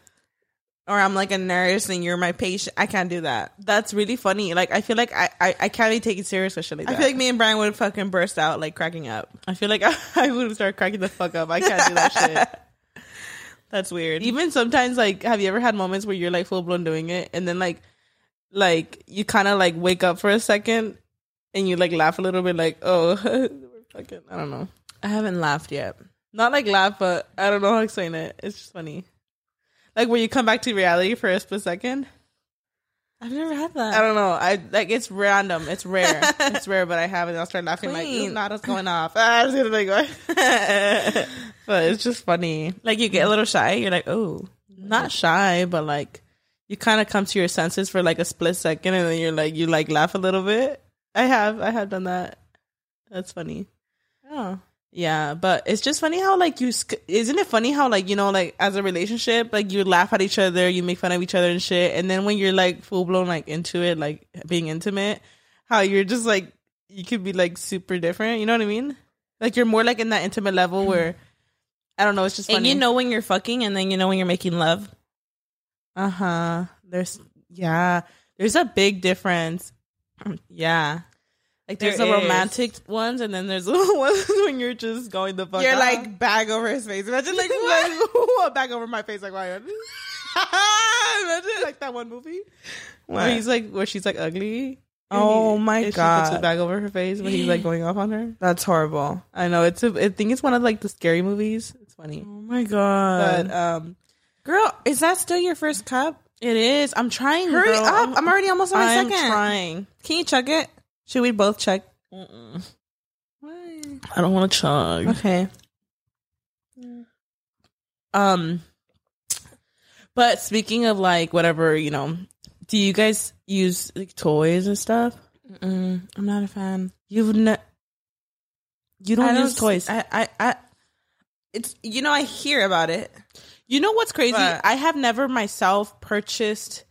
I'm like a nurse and you're my patient. I can't do that. That's really funny. Like I feel like I I, I can't really take it serious with shit like
I
that.
feel like me and Brian would fucking burst out like cracking up. I feel like I, would start cracking the fuck up. I can't do that shit.
that's weird.
Even sometimes, like, have you ever had moments where you're like full blown doing it, and then like, like you kind of like wake up for a second, and you like laugh a little bit, like, oh, we're fucking, I don't know,
I haven't laughed yet.
not like laugh, but I don't know how to explain it. It's just funny. Like when you come back to reality for a split second,
I've never had that.
I don't know. I like it's random. It's rare. it's rare, but I have it. I'll start laughing like
Queen.
ooh, Nada's going off. Ah, it's gonna like, but it's just funny.
like you get a little shy. You're like, oh,
Not shy, but like you kind of come to your senses for like a split second, and then you're like you like laugh a little bit. I have I have done that. That's funny.
oh,
Yeah, but it's just funny how like you sc- isn't it funny how like you know like as a relationship like you laugh at each other, you make fun of each other and shit, and then when you're like full blown like into it, like being intimate, how you're just like you could be like super different. You know what I mean? Like you're more like in that intimate level where I don't know. It's just funny.
Mm-hmm. and you know when you're fucking, and then you know when you're making love.
uh huh. There's yeah. There's a big difference. Yeah. Like there's
There
the
is.
romantic ones, and then there's the ones when you're just going the fuck.
You're
out.
like bag over his face. Imagine like what?
like what? back over my face like why Imagine, like that one movie where he's like where she's like ugly
Oh
And
my
and she puts
God.
it back over her face when he's like going off on her
That's horrible.
i know it's a, i think it's one of like the scary movies it's funny
Oh my god,
but um
girl, is that still your first cup?
it is i'm trying
Hurry
girl.
up! I'm already almost on my
I'm
second.
trying
Can you chug it? Should we both chug?
i don't want to chug
Okay.
Um, but speaking of like whatever, you know, do you guys use like toys and stuff?
Mm, I'm not a fan.
You've ne- you don't,
I
use toys.
I, I, I, it's you know I hear about it.
you know what's crazy?
But-
I have never myself purchased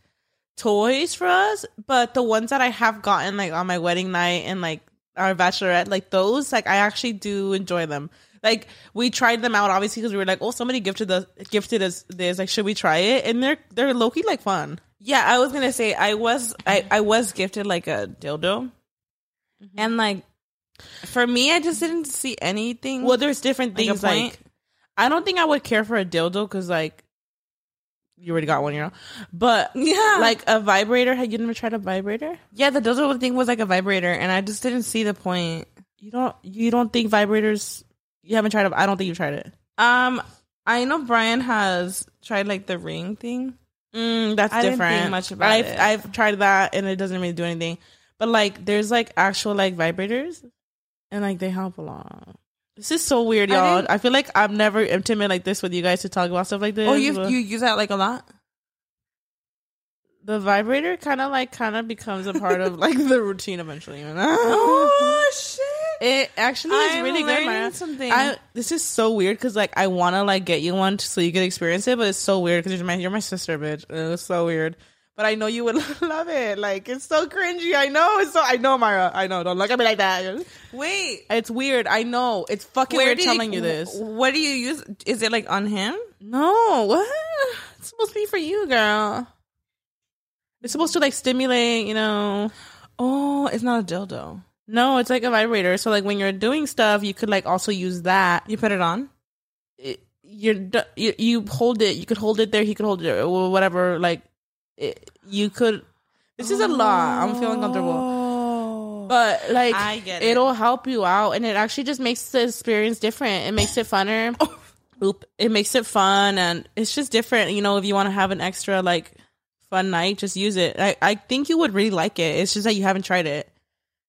toys for us, but the ones that I have gotten like on my wedding night and like our bachelorette, like those, like I actually do enjoy them. Like we tried them out obviously because we were like, oh, somebody gifted us gifted us this. Like, should we try it? And they're they're low key like fun.
Yeah, I was gonna say I was I, I was gifted like a dildo, and like for me, I just didn't see anything.
Well, there's different
Like a
things like,
point?
I don't think I would care for a dildo because like you already got one, you know. But
yeah,
like
like
a vibrator, had you never tried a vibrator?
yeah, the dildo thing was like a vibrator, and I just didn't see the point.
You don't. You don't think vibrators? You haven't tried it. I don't think you've tried it.
Um, I know Brian has tried like the ring thing.
Mm, that's
I didn't
different.
think much about
I've,
it.
I've tried that and it doesn't really do anything. But like, there's like actual like vibrators, and like they help a lot. This is so weird,
I
y'all.
didn't-
I, feel like I'm never intimate like this with you guys to talk about stuff like this.
Oh, you
but-
you use that like a lot.
the vibrator kind of like kind of becomes a part of like the routine eventually. You know?
Oh shit!
It actually is
I'm
really good.
learning
Maya.
something.
I, this is so weird because like I want to like get you one so you could experience it, but it's so weird because you're my you're my sister, bitch. It was so weird. But I know you would love it. Like it's so cringy. I know. It's so I know, Myra. I know. Don't look at me like that.
Wait,
It's weird. I know. It's fucking weird telling you this.
What do you use? Is it like on him?
No, what? It's supposed to be for you, girl. It's supposed to like stimulate, you know.
Oh, it's not a dildo.
No, it's like a vibrator. So like when you're doing stuff, you could like also use that.
You put it on.
It- You're d- you you hold it. You could hold it there. He could hold it or whatever. Like it, you could. This is a lot. I'm feeling uncomfortable.
comfortable.
But like
I get it.
will help you out, and it actually just makes the experience different. It makes it funner.
Oh.
Oop! It makes it fun, and it's just different. You know, if you want to have an extra like fun night, just use it. I I think you would really like it. It's just that you haven't tried it.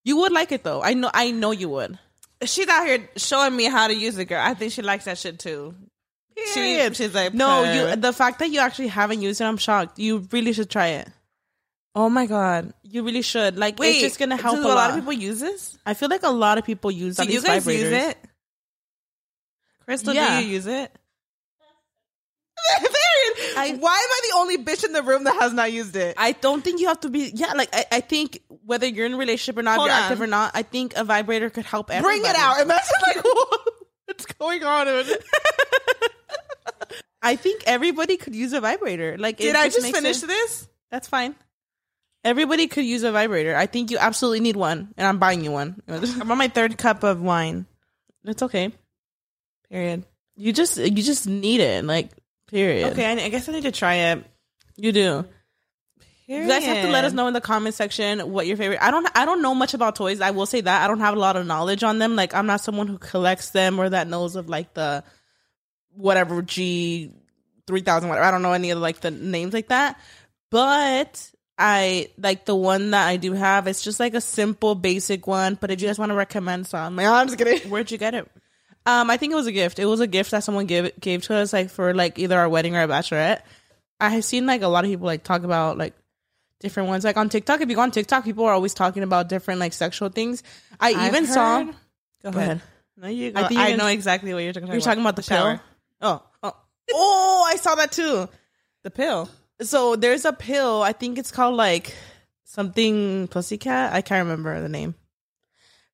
You would like it though. I know. I know you would.
she's out here showing me how to use it, girl. I think she likes that shit too. She,
Period.
she's like,
No,
"Purr."
you. The fact that you actually haven't used it, I'm shocked. You really should try it.
Oh my god.
You really should. Like,
Wait,
it's just gonna help
do
a,
lot.
lot.
of people use this.
I feel like a lot of people use.
Do
at
you
least
guys
vibrators.
use it? Crystal,
Yeah.
do you use it? Period. Why am I the only bitch in the room that has not used it?
I don't think you have to be. Yeah, like I, I think whether you're in a relationship or not, if
Hold
you're
on.
active or not, I think a vibrator could help. Everybody.
Bring it out. Imagine like what's going on.
I think everybody could use a vibrator. Like, it
Did I just
makes
finish
it-
this?
That's fine. Everybody could use a vibrator. I think you absolutely need one, and I'm buying you one.
I'm on my third cup of wine.
It's okay.
Period.
You just you just need it. Like, period.
Okay, I, I guess I need to try it.
You do. You guys have to let us
Period.
know in the comment section what your favorite. I don't. I don't know much about toys. I will say that I don't have a lot of knowledge on them. Like I'm not someone who collects them or that knows of like the whatever G three thousand whatever. I don't know any of like the names like that. But I like the one that I do have. It's just like a simple basic one. But if you guys want to recommend some, like, I'm just kidding.
Where'd you get it?
Um, I think it was a gift. It was a gift that someone gave gave to us, like for like either our wedding or our bachelorette. I have seen like a lot of people like talk about like different ones, like on TikTok. If you go on TikTok, people are always talking about different like sexual things. I
I've
even saw
heard- Go,
Go ahead.
No, you
I
go. I,
think you're gonna-
know exactly what you're talking about.
you're talking about the, pill. Oh, oh, oh! I saw that too.
The pill.
So there's a pill. I think it's called like something pussycat. I can't remember the name,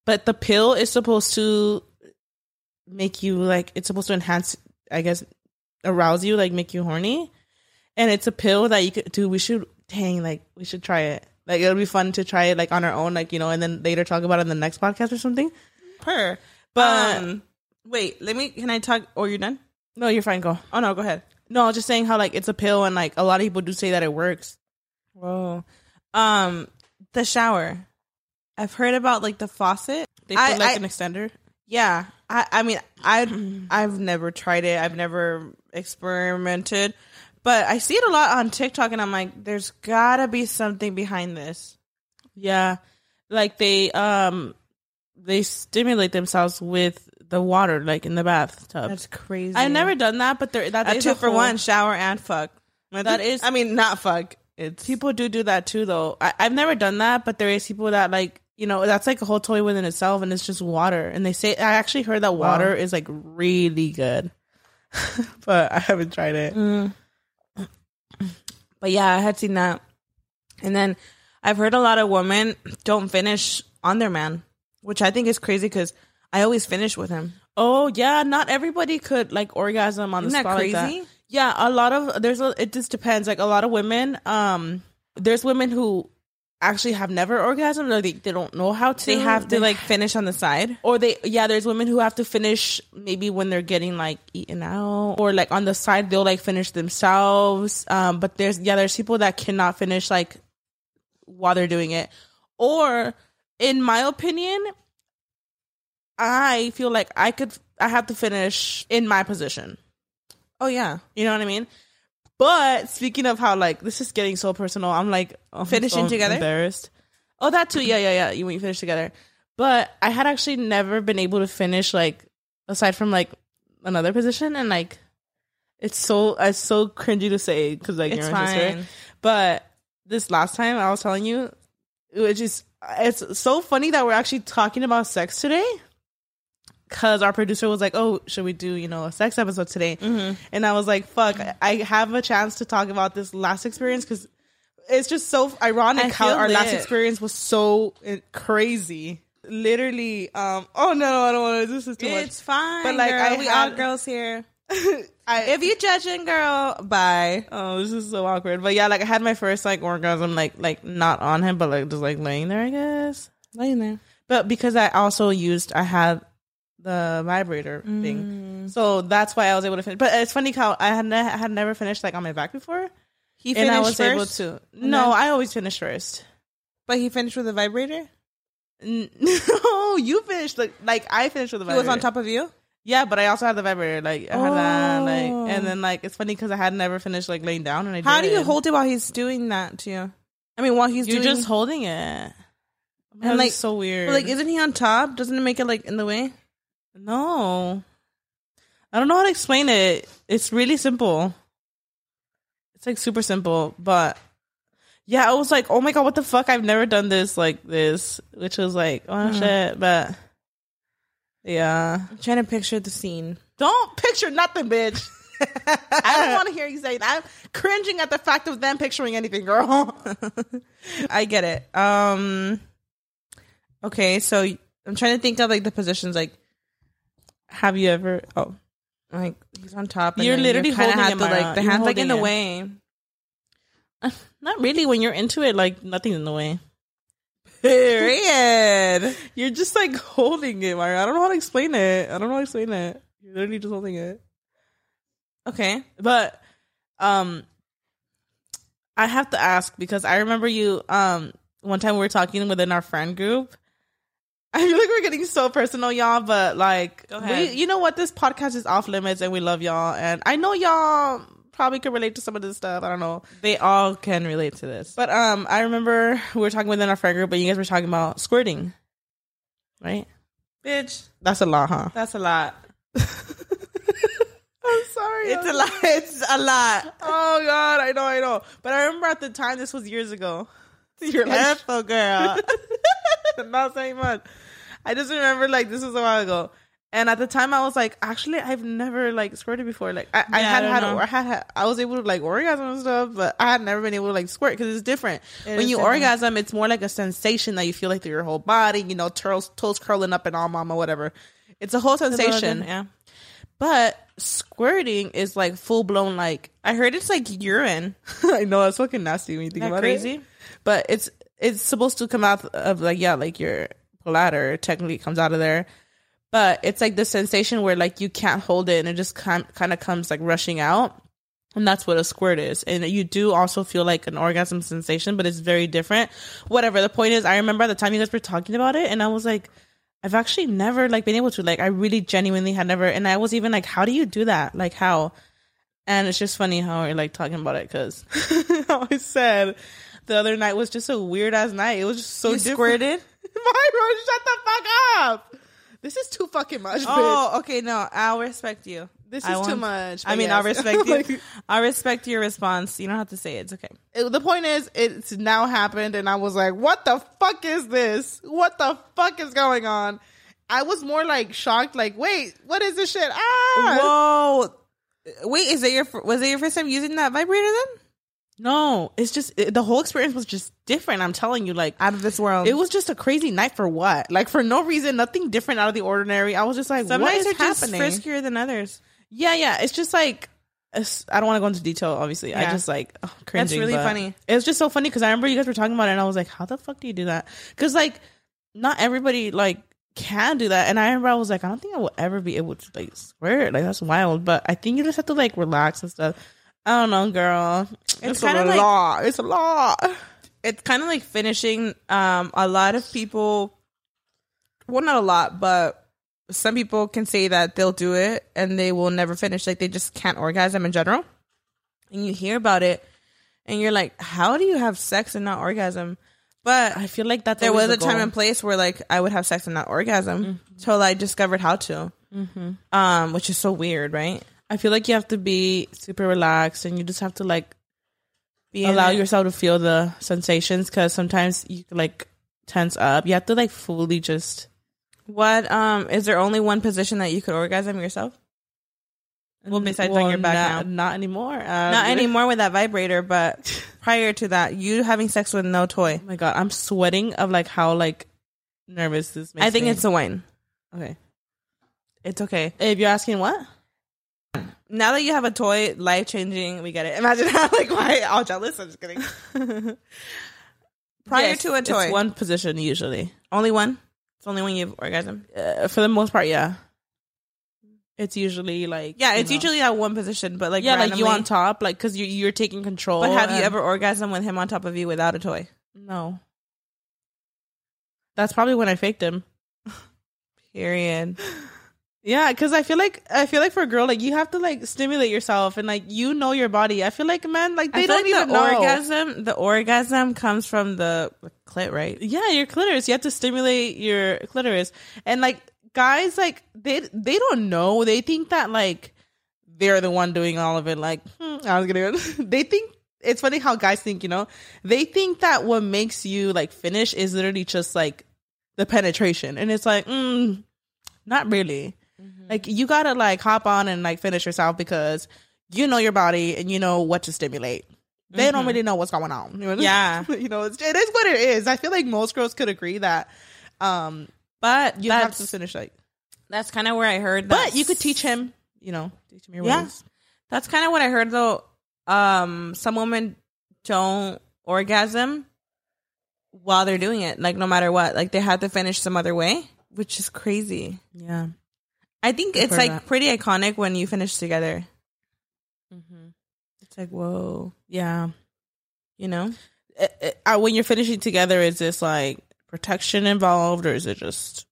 but the pill is supposed to make you like it's supposed to enhance. I guess arouse you, like make you horny, and it's a pill that you could. Dude, we should dang like we should try it. Like it'll be fun to try it like on our own, like you know, and then later talk about it in the next podcast or something.
Per.
But
Um, wait, let me. Can I talk? Or you're done?
no, you're fine. Go.
Oh no, go ahead.
No, I was just saying how like it's a pill, and like a lot of people do say that it works.
Whoa. Um, the shower. I've heard about like the faucet.
They put
I-
like
I-
an extender.
Yeah, I I mean I I've never tried it. I've never experimented, but I see it a lot on TikTok, and I'm like, there's gotta be something behind this.
Yeah. Like they um they stimulate themselves with the water like in the bathtub.
That's crazy.
I've never done that, but there that
a
is
two
a
for
whole-
one shower and fuck. That is, I mean, not fuck. It's
People do do that too though. I, I've never done that, but there is people that like you know that's like a whole toy within itself, and it's just water. And they say I actually heard that water is like really good, but I haven't tried it.
But yeah, I had seen that. And then I've heard a lot of women don't finish on their man, which I think is crazy because I always finish with him.
Oh yeah, not everybody could like orgasm on the
Isn't that
spot like
crazy?
that. Yeah, a lot of there's a it just depends. Like a lot of women, um, there's women who actually have never orgasmed or they, they don't know how to.
They have to like finish on the side.
or they yeah, there's women who have to finish maybe when they're getting like eaten out or like on the side they'll like finish themselves. Um, but there's yeah, there's people that cannot finish like while they're doing it. Or in my opinion, I feel like I could I have to finish in my position.
Oh yeah,
You know what I mean? But speaking of how like this is getting so personal, I'm like I'm
Finishing
so
together?
Embarrassed. Oh, that too. Yeah, yeah, yeah. You when you finish together. But I had actually never been able to finish like aside from like another position, and like it's so it's so cringy to say because like
it's
you're my sister.
fine.
But this last time I was telling you, which is it's so funny that we're actually talking about sex today. Cause our producer was like, "Oh, should we do you know a sex episode today?" And I was like, "Fuck, I have a chance to talk about this last experience because it's just so ironic
I
how
feel
our last
lit.
experience was so uh, crazy. Literally, um, oh no, I don't want to. This is too
It's fine.
But, like,
girl.
I
we all
had-
girls here.
much. I,
If you judging, girl, bye.
Oh, this is so awkward. But yeah, like I had my first like orgasm, like like not on him, but like just like laying there, I guess.
Laying there.
But because I also used, I had the vibrator
Mm.
thing, so that's why I was able to finish. But it's funny how I had ne- I had never finished like on my back before,
He
and
finished
I was
first,
able to. No,
then-
I always finish first.
but he finished with a vibrator.
N- No, you finished like like I finished with the
He
vibrator.
was on top of you.
Yeah, but I also had the vibrator. Like I had that.
Oh.
Like and then like it's funny because I had never finished like laying down. And I
How do you
did.
hold it while he's doing that to you? I mean, while he's
You're
doing
just holding it.
And,
And like
like-
so weird.
Well, like, isn't he on top? Doesn't it make it like in the way?
no, I don't know how to explain it. It's really simple. It's like super simple, but yeah, I was like, oh my god, what the fuck? I've never done this like this, which was like, oh shit, but yeah,
Mm-hmm. I'm trying to picture the scene.
don't picture nothing, bitch. I don't want to hear you say that. I'm cringing at the fact of them picturing anything, girl.
I get it. Um, okay, so I'm trying to think of like the positions. Like,
Have you ever? Oh, Like he's on top.
You're
then
literally
kinda
holding
have
him
to,
out.
like the
You're
hands like in
holding
the
him.
way.
Not really. When you're into it, like nothing's in the way.
Period.
You're just like holding it, Mario. I don't know how to explain it. I don't know how to explain it. You're literally just holding it.
okay.
But um I have to ask because I remember you um one time we were talking within our friend group. I feel like we're getting so personal, y'all, but like
Go ahead.
we- you know what, this podcast is off limits and we love y'all and I know y'all probably could relate to some of this stuff. I don't know.
They all can relate to this.
But um I remember we were talking within our friend group, but you guys were talking about squirting. Right?
Bitch,
That's a lot, huh?
that's a lot.
I'm sorry.
It's a lot. It's a lot.
Oh God, I know, I know. But I remember at the time this was years ago. You're like
Careful, girl.
not saying much. I just remember like this was a while ago. And at the time I was like, actually I've never like squirted before. Like I, I
Yeah, I
had
don't
had
know.
I had, had I was able to like orgasm and stuff, but I had never been able to like squirt because it's different. when
is
you
different.
orgasm, it's more like a sensation that you feel like through your whole body, you know, turtles toes curling up and all mama, whatever. It's a whole sensation.
Yeah.
But squirting is like full blown like
I heard it's like urine.
I know that's fucking nasty when you think
Isn't that
about
crazy?
it. But it's it's supposed to come out of like yeah, like your bladder technically comes out of there. But it's like the sensation where like you can't hold it and it just kind kind of comes like rushing out. And that's what a squirt is. And you do also feel like an orgasm sensation, but it's very different. Whatever. The point is, I remember at the time you guys were talking about it and I was like, I've actually never like been able to like I really genuinely had never and I was even like how do you do that like how and it's just funny how we're like talking about it because I said the other night was just a weird ass night it was just so
You
different.
squirted?
Myra shut the fuck up this is too fucking much bitch.
Oh, okay. No, I'll respect you.
this is
I
too
won't-
much
I
but
mean, I'll
yes.
respect
Like,
you. I'll respect your response. You don't have to say it. It's okay.
it- the point is it's now happened and i was like what the fuck is this what the fuck is going on i was more like shocked like wait what is this shit ah
Whoa. Wait, is it your fir- was it your first time using that vibrator then?
no it's just it, the whole experience was just different i'm telling you like
Out of this world.
it was just a crazy night for what like for no reason nothing different out of the ordinary i was just like
Some
what
nights
is
are just
happening
friskier than others.
yeah yeah it's just like it's- I don't want to go into detail, obviously. I
Yeah.
just like oh, cringing.
really
but
funny.
It was just so funny because I remember you guys were talking about it, and I was like, "How the fuck do you do that?" Because like, not everybody like can do that. And I remember I was like, "I don't think I will ever be able to like swear like that's wild." But I think you just have to like relax and stuff. I don't know, girl. It's, kind
kinda
of
like-
law. It's a law.
It's kind of like
Mm,
finishing. Um, a lot of people, well, not a lot, but some people can say that they'll do it and they will never finish. Like they just can't orgasm in general. And you hear about it, and you're like, how do you have sex and not orgasm? But
I feel like that
there was a time and place where like I would have sex and not orgasm
Mm-hmm.
till I discovered how to, um, which is so weird, right?
I feel like you have to be super relaxed, and you just have to like
Being
allow yourself to feel the sensations because sometimes you like tense up. You have to like fully just
what um is there only one position that you could orgasm yourself? Well, besides on your back
not,
now.
not anymore. Um,
Not anymore with that vibrator, but prior to that, you having sex with no toy.
Oh my god, I'm sweating of like how like nervous this makes.
I think
me.
it's the wine.
okay.
It's okay.
If you're asking what,
Now that you have a toy, life changing. We get it. Imagine how like why all jealous. I'm just kidding. prior
Yes,
to a
it's
toy,
one position usually.
only one. It's only when you have orgasm.
Uh, for the most part, yeah. It's usually like
Yeah, it's
you know.
usually at one position, but like
yeah, like you
randomly-
on top, like because you you're taking control.
But have you
and-
ever orgasm with him on top of you without a toy?
No. That's probably when I faked him.
Period.
Yeah, because I feel like I feel like for a girl, like you have to like stimulate yourself and like you know your body. I feel like men, like they
I feel
don't
like
even
the
know.
orgasm. The orgasm comes from the clit, right?
Yeah, your clitoris. You have to stimulate your clitoris, and like guys, like they they don't know. They think that like they're the one doing all of it. Like hmm, I was gonna. they think it's funny how guys think. You know, they think that what makes you like finish is literally just like the penetration, and it's like mm, not really. Like you gotta like hop on and like finish yourself because you know your body and you know what to stimulate. They don't really know what's going on. You know?
Mm-hmm. Yeah.
you know, it's, it is what it is. I feel like most girls could agree that. Um, but you have
that's-
to finish like.
That's kind of where I heard.
But you could teach him.
you know, teaching me your
Yeah.
ways.
That's kind of what I heard though. Um, some women don't orgasm while they're doing it, like no matter what, like they have to finish some other way, which is crazy.
Yeah.
I think
I've
it's
heard
like
that.
pretty iconic when you finish together. It's like whoa,
Mm-hmm. Yeah.
you know?
It- it- uh, when you're finishing together, is this like protection involved or is it just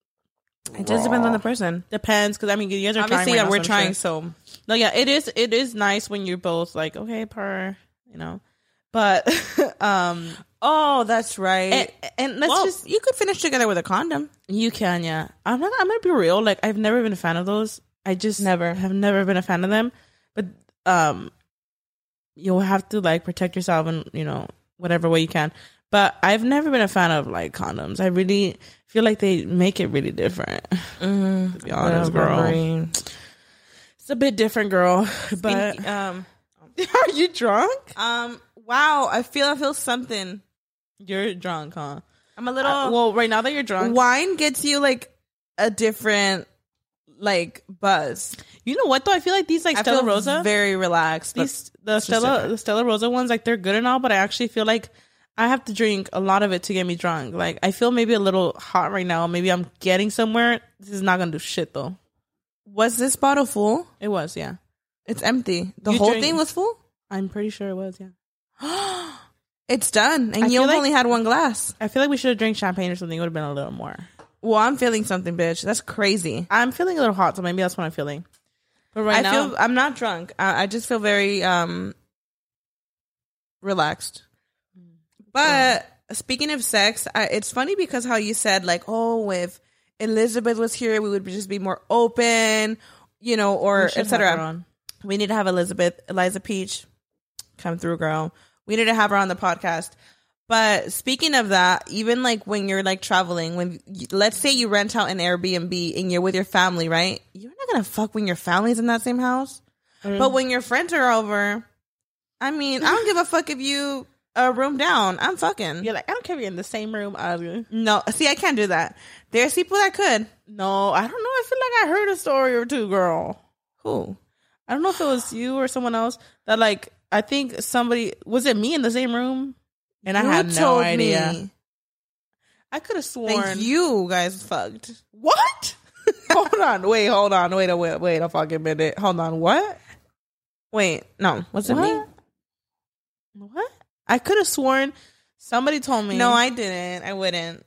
It just depends on the person.
depends? Because I mean, you guys are
Obviously,
trying right
yeah,
now,
we're
so I'm
trying,
sure-
so
No, yeah, it is. It is nice when you're both like, okay, per, you know, but um,
oh, that's right.
and, and let's
well,
just
you could finish together with a condom.
you can, yeah. I'm not. I'm gonna be real. Like, I've never been a fan of those. I just
Never.
have never been a fan of them. But um, you'll have to like protect yourself and you know whatever way you can. But I've never been a fan of like condoms. I really feel like they make it really different.
Mm,
To be honest, girl, it's a bit different, girl. But
But um,
are you drunk?
um, wow, I feel I feel something.
You're drunk, huh?
I'm a little.
Uh, well, right now that you're drunk,
wine gets you like a different like buzz.
you know what though? I feel like these like
I
Stella
feel
Rosa,
very relaxed. but-
these the Stella
different.
the Stella Rosa ones, like they're good and all, but I actually feel like I have to drink a lot of it to get me drunk. Like I feel maybe a little hot right now. Maybe I'm getting somewhere. This is not gonna do shit though.
was this bottle full?
It was, yeah.
It's empty. The
You
whole
drink-
thing was full.
I'm pretty sure it was, yeah.
It's done, and
I
you
feel like-
only had one glass.
I feel like we should have drank champagne or something. It would have been a little more.
Well, I'm feeling something, bitch. That's crazy.
I'm feeling a little hot, so maybe that's what I'm feeling. But right
I
now,
feel I'm not drunk. I, I just feel very um relaxed. But speaking of sex, I, it's funny because how you said like, oh, if Elizabeth was here, we would just be more open, you know,
we
or
should have her
etc.
on.
We need to have Elizabeth Eliza Peach come through, girl. We need to have her on the podcast. But speaking of that, even like when you're like traveling, when you, let's say you rent out an Airbnb and you're with your family, right? You're not gonna fuck when your family's in that same house.
Mm.
But when your friends are over, I mean, I don't give a fuck if you a room down. I'm fucking.
You're like, "Ah." I don't care if you're in the same room. I-
No, see, I can't do that. There's people that could.
No, I don't know. I feel like I heard a story or two, girl.
Who?
I don't know if it was you or someone else that like I think somebody was it me in the same room? And I
You
had no
told
idea.
me
I could have sworn
that you guys fucked.
What? hold on, wait, hold on, wait a wait, wait a fucking minute. Hold on, what?
Wait, no, was it
What? What? I could have sworn somebody told me
me? No, I didn't. I wouldn't.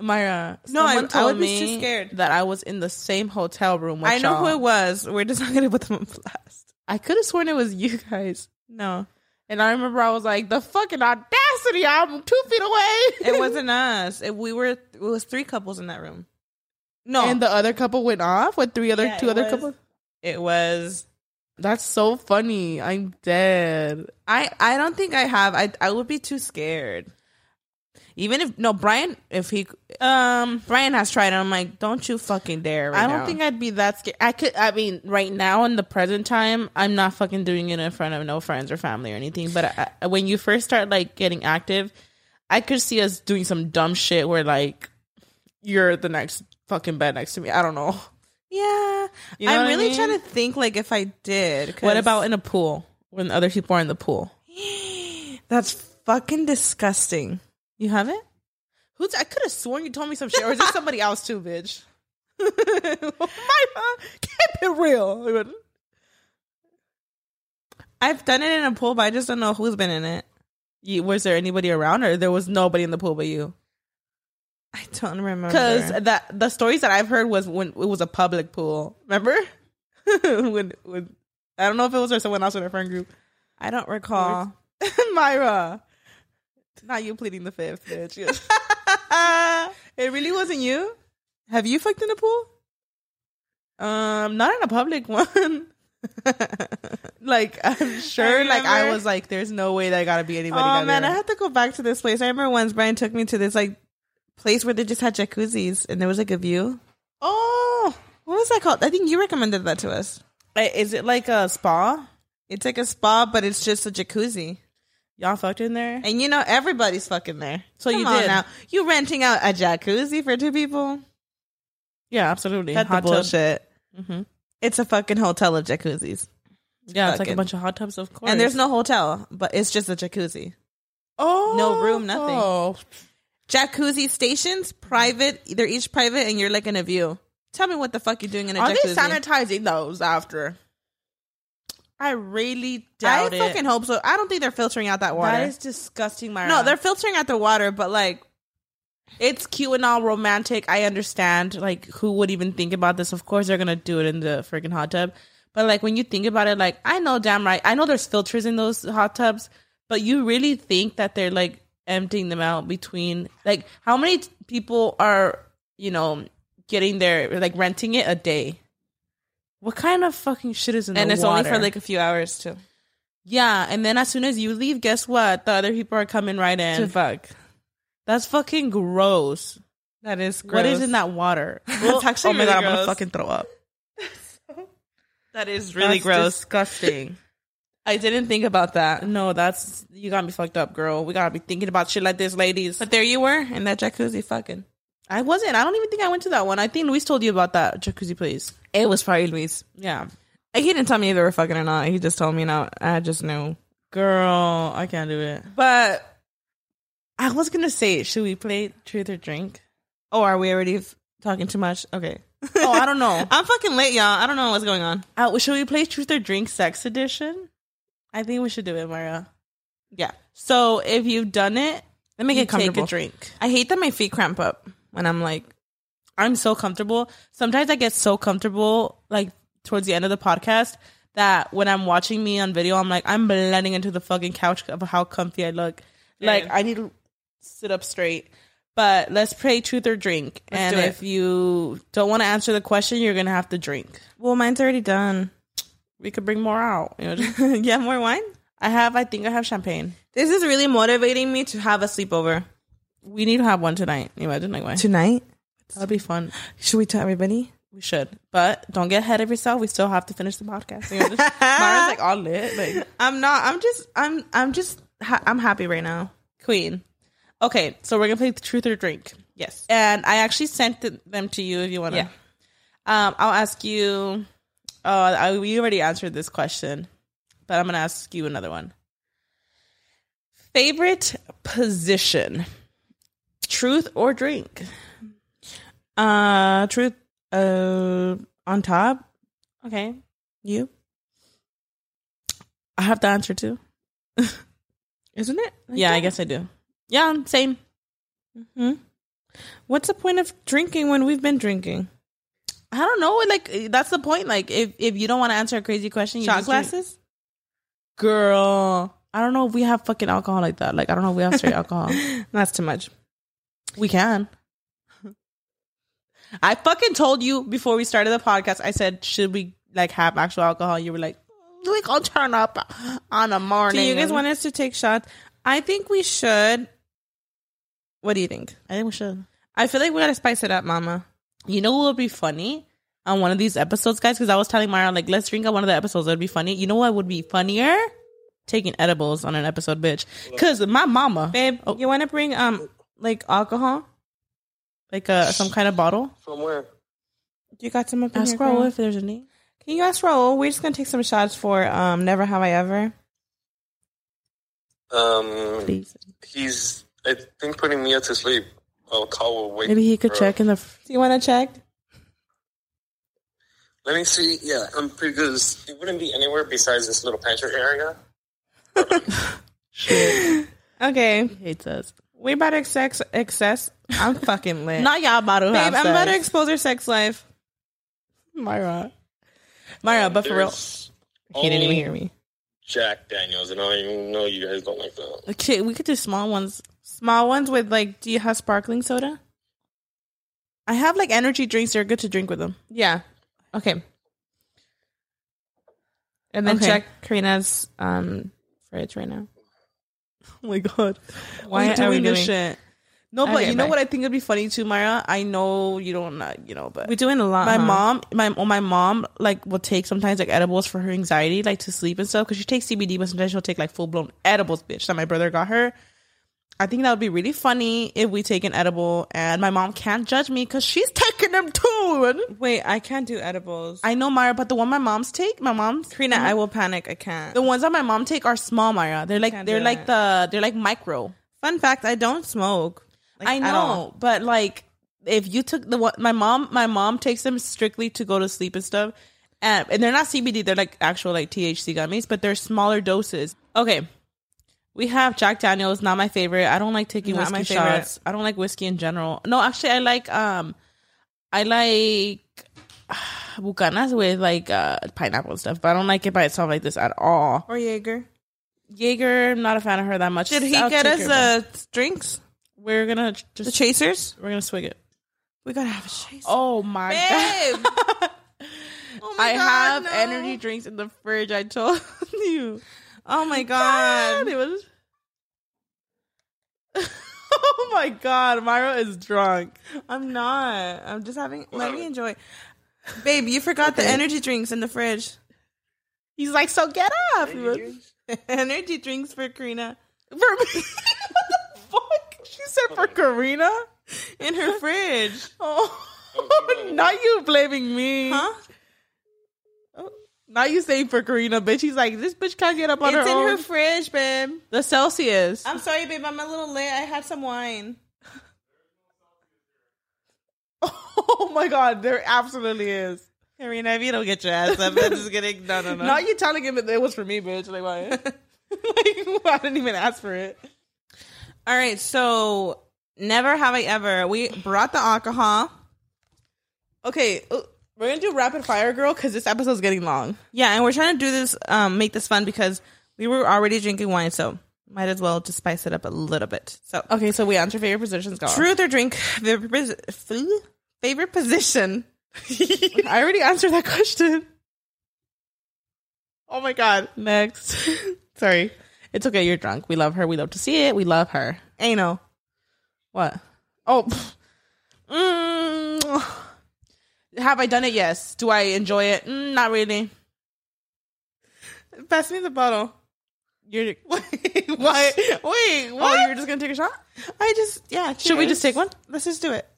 Myra
No, I-
someone
I would
told
be too
me
scared.
that I was in the same hotel room with
I know who
y'all.
it was. We're just not gonna put them on blast.
I could have sworn it was you guys.
No,
And I remember I was like, the fucking audacity, I'm two feet away.
it wasn't us. It, we were. It was three couples in that room. No,
and the other couple went off with three other
Yeah,
two
it
other
was-
couples.
it was.
That's so funny. I'm dead.
I I don't think I have. I I would be too scared. Even if no Brian, if he um Brian has tried, and I'm like, don't you fucking dare! Right
I don't think I'd be that scared. I could. I mean, right now in the present time, I'm not fucking doing it in front of no friends or family or anything. But I, I- when you first start like getting active, I could see us doing some dumb shit where like you're the next fucking bed next to me. I don't know.
yeah,
You know
I'm
what I
really
mean?
trying to think like if I did. 'cause
What about in a pool when other people are in the pool?
that's fucking disgusting.
You haven't? Who's I could have sworn you told me some shit, or is it somebody else too, bitch? My, keep it real.
I've done it in a pool, but I just don't know who's been in it.
You, was there anybody around, or there was nobody in the pool but you?
I don't remember
Because that the stories that I've heard was when it was a public pool. Remember? when when I don't know if it was or someone else in our friend group.
I don't recall.
Myra, not you pleading the fifth, bitch. it really wasn't you.
Have you fucked in a pool?
Um, not in a public one. like I'm sure, like I
remember-
was like, there's no way that I gotta be anybody.
Oh
down
man,
there.
I had to go back to this place. I remember once Brian took me to this like place where they just had jacuzzis and there was like a view.
oh,
What was that called? I think you recommended that to us.
I- is it like a spa?
It's like a spa, but it's just a jacuzzi.
Y'all fucked in there.
And you know everybody's fucking there.
So you
on
did.
now. You renting out a jacuzzi for two people?
Yeah, absolutely.
That's the
tub.
bullshit.
Mhm. It's a fucking hotel of jacuzzis.
Yeah, it's like a
Fucking-
bunch of hot tubs, of course.
And there's no hotel, but it's just a jacuzzi.
oh,
no room, nothing.
Oh,
Jacuzzi stations, private. They're each private, and you're like in a view. Tell me what the fuck you're doing in a
Are
jacuzzi.
they sanitizing those after? I really
I
doubt it.
fucking hope so. I don't think they're filtering out that water.
that is disgusting, Myra.
no, they're filtering out the water, but like
it's cute and all romantic. I understand. Like, who would even think about this? Of course, they're gonna do it in the freaking hot tub. But like, when you think about it, like, I know damn right, I know there's filters in those hot tubs, but you really think that they're like emptying them out between like how many t- people are you know getting their like renting it a day? What kind of fucking shit is in
and
the
it's only for
water?
like a few hours too.
Yeah, and then as soon as you leave, guess what? The other people are coming right in.
To fuck.
That's fucking gross.
That is gross.
What is in that water?
That's actually
oh my god,
really
I'm gonna
gross.
fucking throw up.
That is really
That's
gross.
Disgusting.
I didn't think about that.
No, that's you got me fucked up, girl. We gotta be thinking about shit like this, ladies.
But there you were in that jacuzzi fucking.
I wasn't. I don't even think I went to that one. I think Luis told you about that jacuzzi place.
It was probably Luis.
Yeah,
Like, He didn't tell me if they were fucking or not. He just told me, and I, I just knew.
girl, I can't do it.
But
I was gonna say, should we play truth or drink?
oh, are we already f- talking too much? Okay.
Oh, I don't know.
I'm fucking late, y'all. I don't know what's going on.
Uh, should we play Truth or Drink Sex Edition? I think we should do it, Mara.
Yeah.
So if you've done it,
Let me
you
get comfortable.
Take a drink.
I hate that my feet cramp up when I'm like,
I'm so comfortable. Sometimes I get so comfortable, like towards the end of the podcast, that when I'm watching me on video, I'm like, I'm blending into the fucking couch of how comfy I look. Like I need to sit up straight. But let's play truth or drink.
Let's
and
do it.
if you don't want to answer the question, you're gonna have to drink.
well, mine's already done.
We could bring more out. You know, just-
you have more wine?
I have. I think I have champagne.
This is really motivating me to have a sleepover.
We need to have one tonight. Imagine like why?
Tonight?
That'd be fun.
Should we tell everybody?
We should, but don't get ahead of yourself. We still have to finish the podcast. You know, just- Mara's like all lit, like
I'm not. I'm just. I'm. I'm just. Ha- I'm happy right now.
queen. Okay, so we're gonna play truth or drink,
Yes.
and I actually sent th- them to you if you wanna.
Yeah.
Um, I'll ask you. Uh, I, we already answered this question, but I'm gonna ask you another one. Favorite position, truth or drink?
Uh, truth. Uh, on top.
Okay,
You
I have the answer too.
isn't it? Like
yeah, I
that?
guess I do. Yeah, same.
What's the point of drinking when we've been drinking?
I don't know. Like that's the point. Like if if you don't want to answer a crazy question, you
Shot
just drink-
glasses.
girl. I don't know if we have fucking alcohol like that. Like I don't know if we have straight alcohol.
That's too much.
We can. I fucking told you before we started the podcast. I said, should we like have actual alcohol? You were like, we gonna turn up on a morning.
Do you guys want us to take shots? I think we should. What do you think?
I think we should.
I feel like we gotta spice it up, Mama.
You know what would be funny on one of these episodes, guys? Because I was telling Myra, like, let's drink on one of the episodes. That would be funny. You know what would be funnier? Taking edibles on an episode, bitch. Because my mama, Oh.
Babe, you want to bring um like alcohol?
like uh, some kind of bottle.
From where?
You got some up in
Ask
here,
Raul
girl?
if there's any.
Can you ask Raul? We're just gonna take some shots for um Never Have I Ever.
Um,
Please.
he's I think putting me to sleep. Oh, I'll call will wake.
Maybe he could
her
check
up.
in the.
Do you want to check?
Let me see. Yeah, I'm pretty good. It wouldn't be anywhere besides this little pantry area.
Okay,
He hates us.
we about to access. access. I'm fucking lit.
Not y'all about to
Babe,
have
I'm about to
sex.
expose her sex life.
Myra. Myra, but for real.
There's
He didn't even
only
hear me.
Jack Daniels, and I know you guys don't like that.
Okay, we could do small ones.
Small ones with like, do you have sparkling soda?
I have like energy drinks. They're good to drink with them.
Yeah. Okay. And then
Okay.
check Karina's um fridge right now.
Oh my god.
Why
Why
are
doing
we
this
doing-
shit? No, but
Okay,
you know
bye.
what I think would be funny too, Myra? I know you don't uh, you know, but
We're doing a lot.
my
huh?
mom, my oh, my mom like will take sometimes like edibles for her anxiety, like to sleep and stuff. Because she takes CBD, but sometimes she'll take like full blown edibles, bitch. That my brother got her. I think that would be really funny if we take an edible, and my mom can't judge me because she's taking
them too.
Wait, I can't do edibles.
I know Maya, but the one my mom's take, my mom's
Karina, I will panic. I can't.
The ones that my mom take are small Maya. They're like
Can't
they're
do
like
it.
the they're like micro.
Fun fact: I don't smoke. Like,
I
at all.
know, but like if you took the one, my mom, my mom takes them strictly to go to sleep and stuff, and, and they're not CBD, they're like actual like THC gummies, but they're smaller doses. Okay, we have Jack Daniels, not my favorite. I don't like taking
Not
whiskey
my favorite.
shots. I don't like whiskey in general. No, actually, I like um, I like bucanas with like uh pineapple and stuff, but I don't like it by itself like this at all.
Or Jaeger.
Jaeger, I'm not a fan of her that much.
Did he
I'll
get
take
us
her,
uh, drinks?
but We're gonna j-
The
just
chasers?
we're gonna swig it.
We gotta have a chaser.
Oh my
Babe!
god.
Oh my
I
God,
have
no.
energy drinks in the fridge. I told you.
Oh my
God,
god.
it was. oh my god, Myra is drunk.
I'm not. I'm just having. Let
Wow.
me enjoy. Babe, you forgot the energy drinks in the fridge.
He's like, so get up. For me.
energy drinks for Karina
what the fuck? She said for Karina?
in her fridge.
Oh, not you blaming me.
Huh?
Not you saying for Karina, bitch. He's like, this bitch can't get up on
it's
her
in
own.
her fridge, babe.
the Celsius.
I'm sorry, babe. I'm a little late. I had some wine.
oh my god, there absolutely is.
Karina, if you don't get your ass up, I'm just kidding. No, no, no.
Not you telling him that it was for me, bitch. Like, why? like, I didn't even ask for it.
All right, so never have I ever. We brought the alcohol.
Okay, uh, we're gonna do rapid fire, girl, because this episode's getting long.
Yeah, and we're trying to do this, um, make this fun because we were already drinking wine, so might as well just spice it up a little bit. So,
Okay, so we answer favorite positions, girl.
truth or drink, favorite posi- favorite position.
I already answered that question. Oh my god. Next. Sorry. It's okay, you're drunk. We love her. We love to see it. We love her.
Anal.
What? Oh. pff. Mm. Have I done it? Yes. Do I enjoy it? Mm, not really.
Pass me the bottle.
You're wait, what? Wait, what? Oh, you're just gonna take a shot?
I just, yeah.
Should we
cheers.
just take one?
Let's just do it.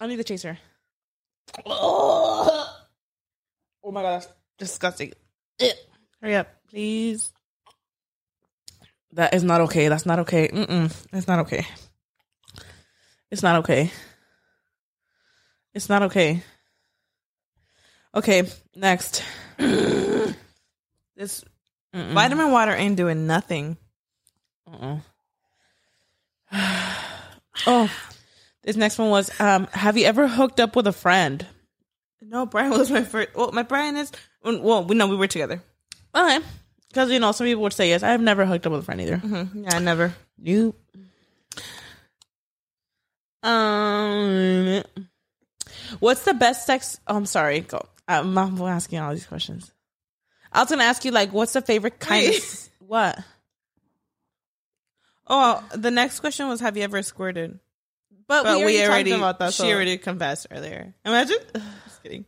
I need the chaser. Oh my god, that's disgusting. Ugh. Hurry up, please. That is not okay. That's not okay. Mm-mm. It's not okay. It's not okay. It's not okay. Okay, next.
This vitamin water ain't doing nothing.
Oh, this next one was um, Have you ever hooked up with a friend?
No, Brian was my first. Well, my Brian is. Well, we no, we were together.
Okay. Because, you know, some people would say yes. I've never hooked up with a friend either.
Mm-hmm. Yeah, I never.
You. Um, what's the best sex? Oh, I'm sorry. Go. I'm, I'm asking all these questions. I was gonna ask you like, what's the favorite kind? Of,
Wait.
s- what? uh,
Oh, the next question was, have you ever squirted?
But,
But we already,
talked about that.
she
so-
already confessed earlier. Imagine. Just kidding.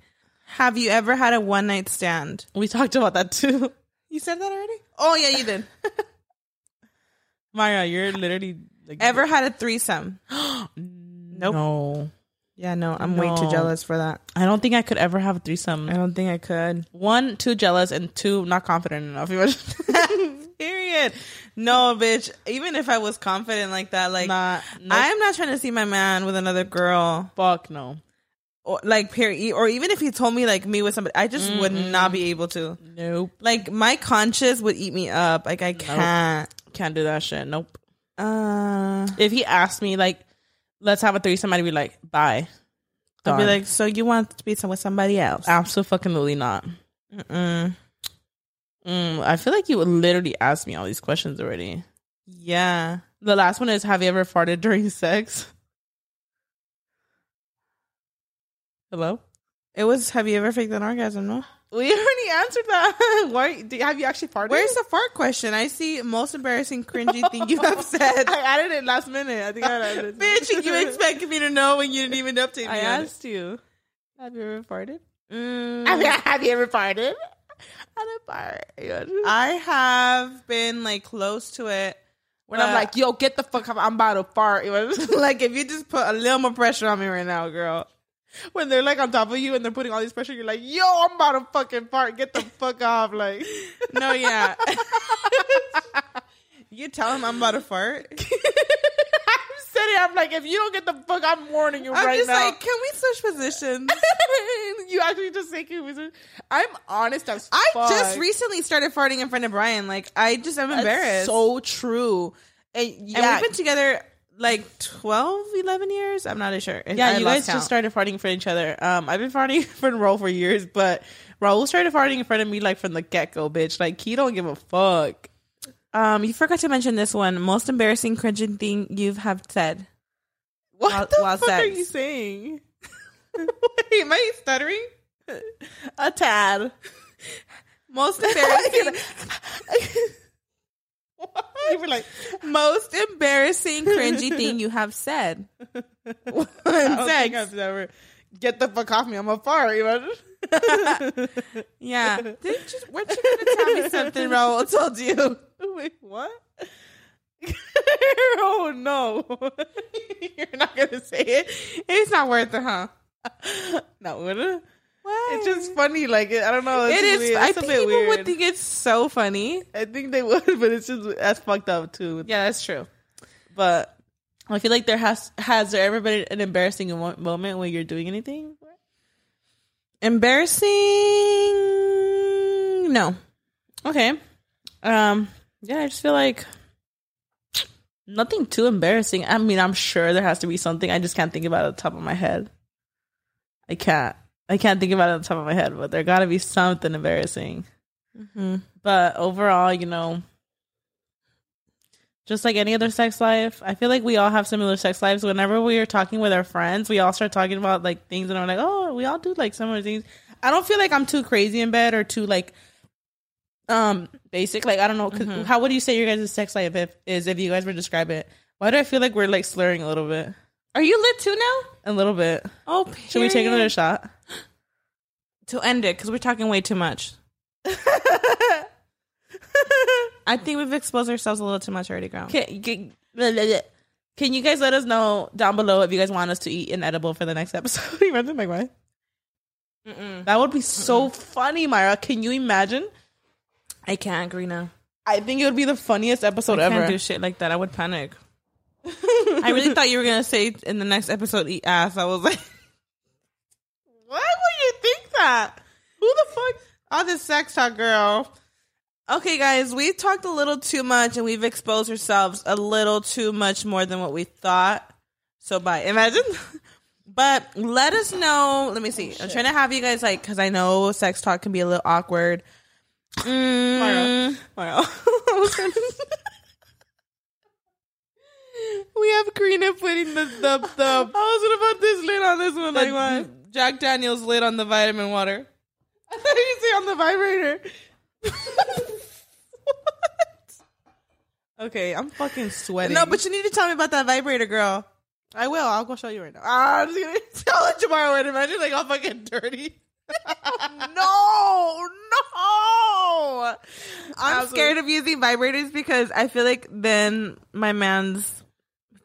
Have you ever had a one night stand?
we talked about that too.
You said that already. Oh yeah, you did.
Maya, you're literally like,
ever had a threesome?
Nope. No,
Yeah, no, I'm way too
No.
jealous for that.
I don't think I could ever have a threesome.
I don't think I could.
One, too jealous, and two, not confident enough.
Period. No, bitch. Even if I was confident like that, like
Not- nope.
I'm not trying to see my man with another girl.
Fuck no.
or, like period or even if he told me like me with somebody i just would not be able to
Nope.
like my conscience would eat me up like i can't
Can't do that shit. Nope.
uh
if he asked me like let's have a threesome i'd be like bye
i'd be
Done.
like so you want to be some- with somebody else
absolutely not
Mm.
mm, i feel like you would literally ask me all these questions already
yeah
the last one is have you ever farted during sex hello
it was have you ever faked an orgasm no
we already answered that why do, have you actually farted
where's the fart question i see most embarrassing cringy thing you have said
i added it last minute i think i added it
bitch you expected me to know when you didn't even update me
i
on it.
asked you have you ever farted
Mm.
have you, have you ever farted i didn't fart
i have been like close to it when I'm like, yo, get the fuck up, I'm about to fart. It was like if you just put a little more pressure on me right now, girl. When they're like on top of you and they're putting all these pressure, you're like, yo, I'm about to fucking fart. Get the fuck off. Like,
no, yeah.
you tell him I'm about to fart.
Sitting, I'm like, if you don't get the fuck, I'm warning you
I'm
right
just
now.
like, can we switch positions?
you actually just say Cubism. I'm honest as
I
fuck.
just recently started farting in front of Brian. Like, I just am
That's
embarrassed.
So true. And
and
yeah,
we've been together like 12, 11 years. I'm not sure.
yeah,
I
you
lost
guys
count.
just started farting for each other. Um, I've been farting for Raul for years, but Raul started farting in front of me like from the get go, bitch. Like he don't give a fuck.
Um, you forgot to mention this one. Most embarrassing, cringing thing you have said.
What
While-
the
while
fuck are
sex.
you saying? Wait, am I stuttering? A tad.
Most embarrassing,
You were like,
most embarrassing, cringy thing you have said.
I don't think I've ever get the fuck off me. I'm a fart. You know?
Yeah. Didn't you, weren't you going to tell me something Raul told you?
Wait, what? oh no! You're not gonna say it.
It's not worth it, huh?
No, what?
What?
It's just funny. Like I don't know. It's
It is.
Weird.
I
It's a
think
bit
people
weird.
would think it's so funny.
I think they would, but it's just that's fucked up too.
Yeah, that's true.
But I feel like there has has there ever been an embarrassing mo- moment when you're doing anything?
Embarrassing? No.
Okay. Um. Yeah, I just feel like nothing too embarrassing. I mean, I'm sure there has to be something. I just can't think about it at the top of my head. I can't. I can't think about it at the top of my head, but there got to be something embarrassing. But overall, you know, just like any other sex life, I feel like we all have similar sex lives. Whenever we are talking with our friends, we all start talking about like things, and I'm like, oh, we all do like similar things. I don't feel like I'm too crazy in bed or too like um basic. Like I don't know, 'cause how would you say your guys' sex life if, is if you guys were to describe it? Why do I feel like we're like slurring a little bit?
Are you lit too now?
A little bit.
Oh,
Should we take
period.
another shot?
to end it because we're talking way too much. I think we've exposed ourselves a little too much already, girl.
Can, can, blah, blah, blah. Can you guys let us know down below if you guys want us to eat an edible for the next episode? you imagine, like, why? That would be so funny, Myra. Can you imagine?
I can't, Grina.
I think it would be the funniest episode
I can't
ever.
do shit like that. I would panic. I really thought you were gonna say in the next episode, "eat ass." I was like,
Why would you think that? Who the fuck?
"All this sex talk, girl." Okay, guys, we talked a little too much, and we've exposed ourselves a little too much more than what we thought. So, bye. Imagine. But let us know. Let me see.
Oh,
I'm trying to have you guys like because I know sex talk can be a little awkward. Mm,
Myra.
We have Karina putting the the, the
I was about this lid on this one. Like, why?
Jack Daniels lid on the vitamin water.
I thought you say on the vibrator. Okay, I'm fucking sweating.
No, but you need to tell me about that vibrator, girl.
I will. I'll go show you right now. Ah, I'm just gonna tell it tomorrow and imagine like all fucking dirty.
No, no. I'm
Absolutely.
scared of using vibrators because I feel like then my man's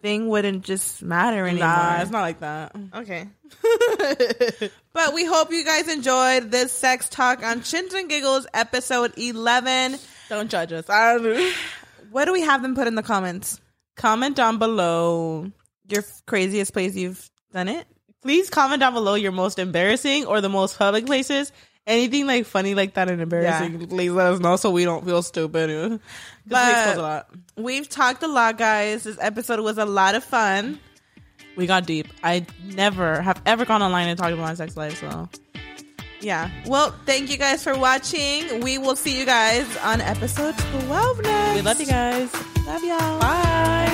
thing wouldn't just matter anymore.
Nah, it's not like that.
Okay. but we hope you guys enjoyed this sex talk on Chins and Giggles episode 11.
Don't judge us. I don't
What do we have them put in the comments?
comment down below.
Your craziest place you've done it?
Please comment down below your most embarrassing or the most public places. Anything like funny like that and embarrassing, please let us know so we don't feel stupid. 'Cause we
But-
expose a lot.
We've talked a lot, guys. This episode was a lot of fun.
We got deep. I never have ever gone online and talked about my sex life, so
Yeah. Well, thank you guys for watching. We will see you guys on episode 12 next.
we love you guys.
Love y'all.
Bye.